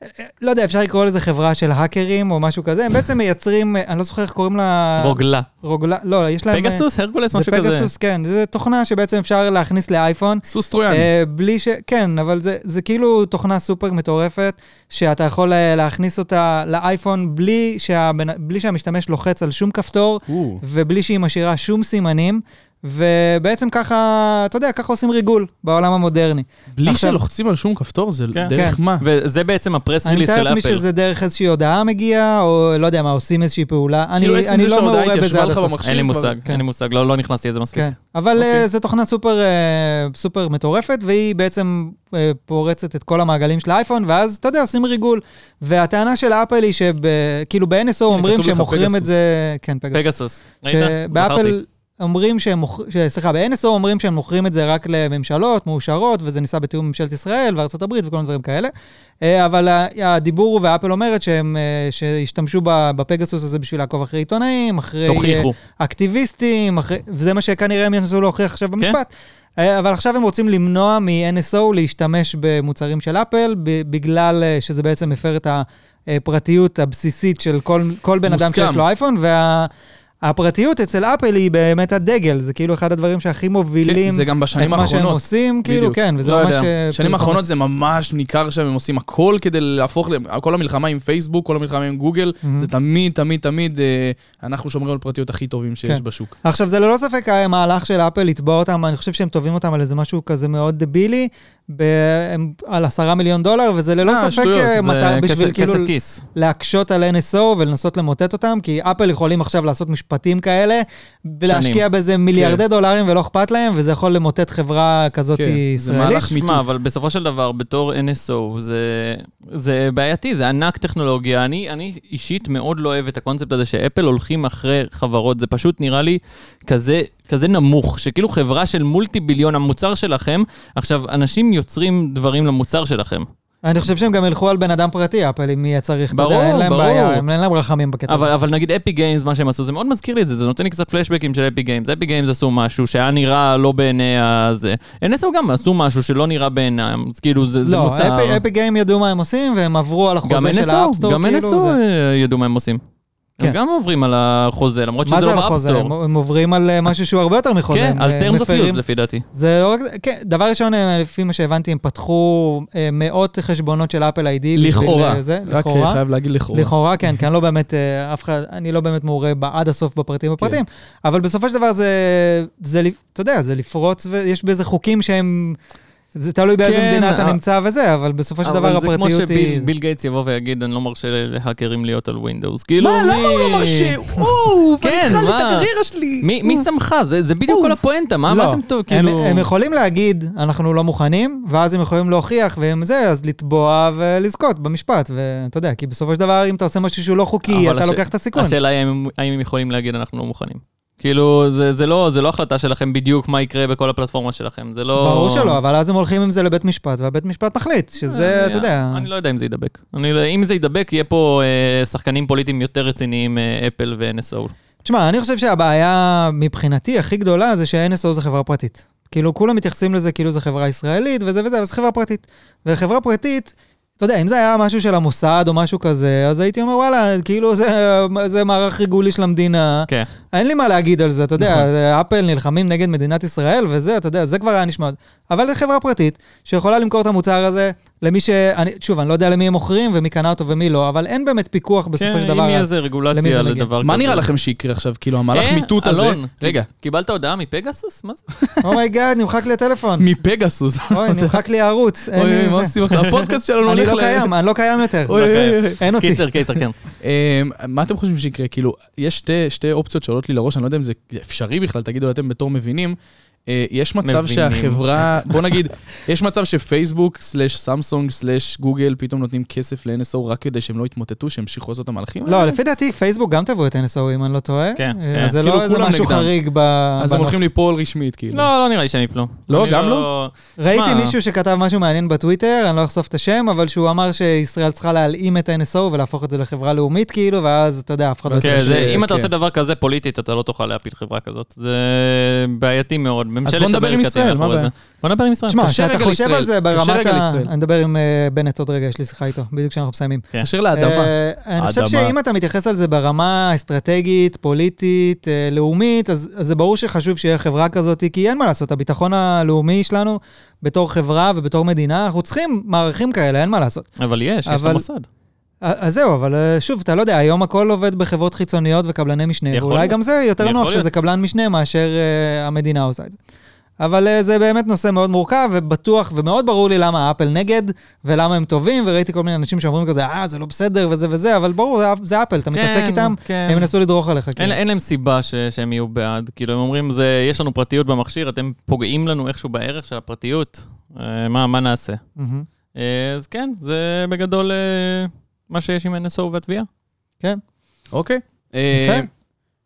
אה, לא יודע, אפשר לקרוא לזה חברה של האקרים או משהו כזה, הם בעצם מייצרים, אה, אני לא זוכר איך קוראים לה...
רוגלה.
רוגלה, לא, יש להם... אה,
פגסוס, הרקולס,
זה
משהו כזה.
פגסוס, כן, זו תוכנה שבעצם אפשר להכניס לאייפון,
סוס טרויאני.
אה, בלי ש... כן, אבל זה, זה כאילו תוכנה סופר מטורפת, שאתה יכול אה, להכניס אותה לאייפון בלי, שהבנ... בלי שהמשתמש לוחץ על שום כפתור,
וואו.
ובלי שהיא משאירה שום סימנים, ובעצם ככה, אתה יודע, ככה עושים ריגול בעולם המודרני.
בלי
עכשיו-
שלוחצים על שום כפתור זה
כן.
דרך מה?
וזה בעצם הפרס
אני
ריליס של
מתאר לעצמי
אפל.
שזה דרך איזושהי הודעה מגיעה, או לא יודע מה, עושים איזושהי פעולה.
כאילו
אני,
עצם
אני
זה
לא
שההודעה
מעורה
התיישבה
בזה עד
לך
הסוף.
במחשב
אין לי
כבר-
מושג,
כן.
אין לי מושג, לא לא נכנסתי לזה מספיק.
כן, אבל
אוקיי.
okay. זו תוכנה סופר, אה, סופר מטורפת, והיא בעצם אה, פורצת את כל המעגלים של האייפון, ואז, אתה יודע, עושים ריגול. והטענה של אפל היא כאילו שכאילו ב-NSO אומרים
כתוב לך
שהם מוכרים את
פגסוס.
זה... כן, פגסוס.
פגסוס. ראית? בחרתי.
שבאפל אומרים שהם מוכרים, סליחה, ב-NSO אומרים שהם מוכרים את זה רק לממשלות מאושרות, וזה ניסה בתיאום עם ממשלת ישראל וארצות הברית וכל מיני דברים כאלה. אה, אבל ה- הדיבור הוא, ואפל אומרת שהם, אה, שהשתמשו ב- בפגסוס הזה בשביל לעקוב אחרי עיתונאים, אחרי... אה,
הוכיחו.
אקטיביסטים, אחרי- וזה מה שכנראה הם ינסו להוכיח
כן.
עכשיו במשפט. אה, אבל עכשיו הם רוצים למנוע מ-NSO להשתמש במוצרים של אפל, ב- בגלל אה, שזה בעצם מפר את הפרטיות הבסיסית של כל, כל בן אדם
מוסכם.
שיש לו אייפון, והפרטיות אצל אפל היא באמת הדגל, זה כאילו אחד הדברים שהכי מובילים
כן, זה גם בשנים
את מה שהם
האחרונות.
עושים, כאילו,
בדיוק.
כן, וזה
לא
ממש...
יודע.
אה,
שנים
פרסומת.
האחרונות זה ממש ניכר שהם עושים הכל כדי להפוך, ל- כל המלחמה עם פייסבוק, כל המלחמה עם גוגל, זה תמיד, תמיד, תמיד, אה, אנחנו שומרים על פרטיות הכי טובים שיש
כן.
בשוק.
עכשיו, זה ללא ספק המהלך של אפל לתבוע אותם, אני חושב שהם תובעים אותם על איזה משהו כזה מאוד דבילי, ב- הם, על עשרה מיליון דולר, וזה ללא
אה,
ספק
שטויות,
אה,
זה
מטרה בשביל
כסף-
כאילו
כסף כיס.
להקשות על NSO ולנסות למוטט אותם, כי אפל יכולים עכשיו לעשות משפטים כאלה, ולהשקיע בזה
כן.
מיליארדי דולרים ולא אכפת להם, וזה יכול למוטט חברה כזאת
כן, זה
ישראלית.
מהלך מיתות.
שמע, אבל בסופו של דבר, בתור NSO, זה, זה בעייתי, זה ענק טכנולוגיה. אני, אני אישית מאוד לא אוהב את הקונספט הזה שאפל הולכים אחרי חברות. זה פשוט נראה לי כזה, כזה נמוך, שכאילו חברה של מולטי ביליון, המוצר שלכם, עכשיו, אנשים יוצרים דברים למוצר שלכם.
אני חושב שהם גם ילכו על בן אדם פרטי, אפל, אם יהיה צריך, אתה
ברור,
יודע, אין להם
ברור.
בעיה, הם- אין להם רחמים בקטע הזה.
אבל, אבל נגיד אפי גיימס, מה שהם עשו, זה מאוד מזכיר לי את זה, זה נותן לי קצת פלשבקים של אפי גיימס. אפי גיימס עשו משהו שהיה נראה לא בעיני הזה. NSO גם עשו משהו שלא נראה בעיניים, אז כאילו זה, זה
לא,
מוצר.
אפי- אפי גיים ידעו מה הם עושים, והם עברו על
גם
החוזה של
NSO,
האפסטור,
גם
כאילו,
NSO
זה-
אה, ידעו מה הם עושים. הם
כן.
גם עוברים על החוזה, למרות
מה
שזה
זה
לא
על החוזה? הם
באפסטור.
הם עוברים על אה, משהו שהוא הרבה יותר מחוזה.
כן,
הם,
על
אה,
terms of
מפרים-
use לפי דעתי.
זה לא רק זה, כן, דבר ראשון, אה, לפי מה שהבנתי, הם פתחו אה, מאות חשבונות של אפל איי די.
לכאורה.
אה, זה,
רק אה,
לכאורה.
חייב להגיד לכאורה.
לכאורה, כן, כי אני לא באמת, אה, אף אחד, אני לא באמת מעורה ב- עד הסוף בפרטים
כן.
הפרטים, אבל בסופו של דבר זה, זה, לפ- אתה יודע, זה לפרוץ, ויש בזה חוקים שהם, זה תלוי באיזה
כן,
מדינה אתה
אה,
נמצא וזה, אבל בסופו של דבר
אבל זה כמו
הפרטיות היא...
שביל גייטס יבוא ויגיד, אני לא מרשה להאקרים להיות על ווינדוס. כאילו,
מה, למה הוא
מי-
לא מרשה? אוף,
כן,
אני התחלתי
מה?
את הקריירה שלי.
מי מי שמך? זה זה בדיוק כל הפואנטה, מה מה
לא,
אתם טוב?
הם-
כאילו...
הם יכולים להגיד, אנחנו לא מוכנים, ואז הם יכולים להוכיח, והם זה, אז לתבוע ולזכות במשפט, ואתה יודע, כי בסופו של דבר, אם אתה עושה משהו שהוא לא חוקי,
אבל
אתה
הש-
לוקח את הסיכון.
השאלה היא האם- האם הם יכולים להגיד, אנחנו לא מוכנים. כאילו, זה זה לא זה לא החלטה שלכם בדיוק מה יקרה בכל הפלטפורמה שלכם, זה לא...
ברור שלא, אבל אז הם הולכים עם זה לבית משפט, והבית משפט מחליט, שזה,
אני-
אתה יודע...
אני לא יודע אם זה ידבק. אני לא- אם זה ידבק, יהיה פה אה, שחקנים פוליטיים יותר רציניים, אה, אפל ו-NSO.
תשמע, אני חושב שהבעיה מבחינתי הכי גדולה זה ש-NSO זה חברה פרטית. כאילו, כולם מתייחסים לזה כאילו זו חברה ישראלית וזה וזה, אבל זו חברה פרטית. וחברה פרטית, אתה יודע, אם זה היה משהו של המוסד או משהו כזה, אז הייתי אומר, וואלה, כאילו זה, זה מערך ריגולי של המדינה.
כן. נכון.
אין לי מה להגיד על זה, אתה יודע, זה אפל נלחמים נגד מדינת ישראל וזה, אתה יודע, זה כבר היה נשמע. אבל זו חברה פרטית שיכולה למכור את המוצר הזה למי ש... אני, שוב, אני לא יודע למי הם מוכרים ומי קנה אותו ומי לא, אבל אין באמת פיקוח בסופו של
כן, אם
דבר.
יהיה
אז-
איזה
למי זה
רגולציה
מגיע?
לדבר כזה.
מה נראה לכם שיקרה עכשיו? כאילו, המהלך
אה,
מיטוט הזה...
אלון.
רגע,
קיבלת הודעה מפגסוס? מה זה?
אומייגאד, Oh נמחק לי הטלפון.
מפגסוס.
אוי, נמחק לי הערוץ. אין
אוי,
לי
אוי, מה
זה.
עושים עכשיו? הפודקאסט שלנו
אני
הולך
לא
ל-
קיים, אני לא קיים יותר.
אוי, אוי, אוי.
אין אותי.
קיצר, קיצר, כן.
אמ, מה אתם חושבים שיקרה? כאילו, יש שתי, שתי אופציות שעולות לי לראש, אני לא יודע אם זה אפשרי בכלל, תגידו לי אתם בתור מבינים. אה, יש מצב
מבינים.
שהחברה, בוא נגיד, יש מצב שפייסבוק, סלאש סמסונג, סלאש גוגל, פתאום נותנים כסף ל-NSO רק כדי שהם לא יתמוטטו, שימשיכו לעשות את המהלכים האלה?
לא, לפי דעתי פייסבוק גם תבעו את NSO, אם אני לא טועה.
כן,
אה,
כן.
זה
אז כאילו
לא איזה
כולם
משהו
נגדם.
חריג ב...
אז הם
בנוף.
הולכים ליפול רשמית, כאילו.
לא, לא נראה לי שהם יפלו.
לא,
אני
גם
ראיתי
שמע.
מישהו שכתב משהו מעניין בטוויטר, אני לא אחשוף את השם, אבל שהוא אמר שישראל צריכה להלאים את ה-NSO ולהפוך את זה לחברה לאומית, כאילו, ואז, אתה יודע, אף אחד לא...
כן,
זה-
זה- אם אתה
כן.
עושה דבר כזה פוליטית, אתה לא תוכל להפיל חברה כזאת. זה בעייתי מאוד. ממשלת
בוא נדבר עם
אמריקה
ישראל,
תהיה
מה
מאחורי
הבעיה?
זה. בוא נדבר עם ישראל.
תשמע,
תתקשר
כשאתה
רגע
חושב על זה
לישראל, תתקשר
ברמת
רגע
ה...
לישראל.
אני אדבר עם אה, בנט עוד רגע, יש לי שיחה איתו, בדיוק כשאנחנו מסיימים.
כאשר לאדמה.
אה, אני חושב
האדמה.
שאם אתה מתייחס על זה ברמה אסטרטגית, פוליטית, אה, לאומית, אז אז זה ברור שחשוב שיהיה חברה כזאת, כי אין מה לעשות, הביטחון הלאומי שלנו, בתור חברה ובתור מדינה, אנחנו צריכים מערכים כאלה, אין מה לעשות.
אבל יש, יש את
אבל-
המוסד.
אז זהו, אבל אה, שוב, אתה לא יודע, היום הכל עובד בחברות חיצוניות וקבלני משנה,
יכול
ואולי
להיות.
גם זה יותר
יכול
נוח שזה
להיות.
קבלן משנה מאשר אה, המדינה עושה את זה. אבל אה, זה באמת נושא מאוד מורכב ובטוח, ומאוד ברור לי למה אפל נגד, ולמה הם טובים, וראיתי כל מיני אנשים שאומרים כזה, אה, זה לא בסדר וזה וזה, אבל ברור, זה אפ- זה אפל, אתה מתעסק איתם,
כן.
הם ינסו לדרוך עליך.
אין,
כאילו.
אוקיי.
אין להם סיבה ש, שהם יהיו בעד. כאילו, הם אומרים, זה, יש לנו פרטיות במכשיר, אתם פוגעים לנו איכשהו בערך של הפרטיות. אה, מה, מה נעשה?
מהמם.
אה, אז כן, זה בגדול אה, מה שיש עם NSO והתביעה.
כן?
אוקיי. אה,
יפה.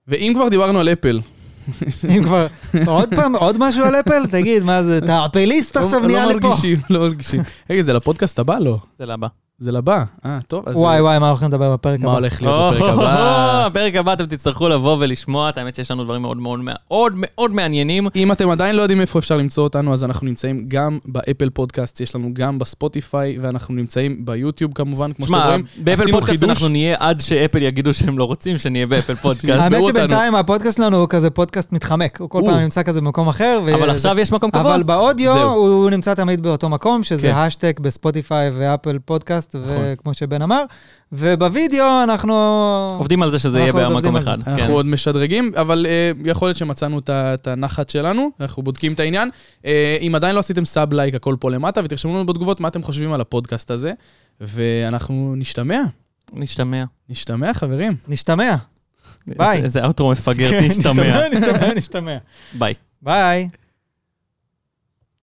ואם כבר דיברנו על אפל,
אם כבר, עוד פעם, עוד משהו על אפל? תגיד, מה זה, אתה אפליסט עכשיו
לא-
נהיה
לא
לי פה.
מרגישים, לא מרגישים. רגע, זה לפודקאסט הבא? לא.
זה לבא.
זה לבא. אה, טוב, אז...
וואי וואי, מה אנחנו הולכים לדבר בפרק
מה
הבא?
הולך להיות בפרק הבא?
הפרק הבא אתם תצטרכו לבוא ולשמוע, את האמת שיש לנו דברים מאוד מאוד מאוד מאוד מעניינים.
אם אתם עדיין לא יודעים איפה אפשר למצוא אותנו, אז אנחנו נמצאים גם באפל פודקאסט, יש לנו גם בספוטיפיי, ואנחנו נמצאים ביוטיוב כמובן, כמו שאתם
שמע,
רואים.
באפל
עשינו
פודקאסט
חידוש.
אנחנו נהיה עד שאפל יגידו שהם לא רוצים שנהיה באפל פודקאסט.
האמת
אותנו.
שבינתיים הפודקאסט שלנו הוא כזה פודקאסט מתחמק, הוא כל
או.
פעם נמצא כזה במקום אחר. ו-
אבל עכשיו יש מקום קבוע.
אבל באודיו
זהו.
הוא נמצא תמיד באותו מקום,
כן.
שזה השטג בספוטיפיי ואפל פודקאסט,
נכון.
וכמו שבן אמר. ובווידאו אנחנו...
עובדים על זה שזה יהיה
אנחנו עוד
במקום
עובדים על זה.
אחד. כן.
אנחנו עוד משדרגים, אבל אה, יכול להיות שמצאנו את ה- את הנחת שלנו, אנחנו בודקים את העניין. אה, אם עדיין לא עשיתם סאב לייק, הכל פה למטה, ותרשמו לנו בתגובות מה אתם חושבים על הפודקאסט הזה, ואנחנו נשתמע.
נשתמע.
נשתמע, חברים.
נשתמע. ביי.
איזה- איזה אוטרו מפגר,
כן,
נשתמע.
נשתמע, נשתמע.
ביי.
ביי.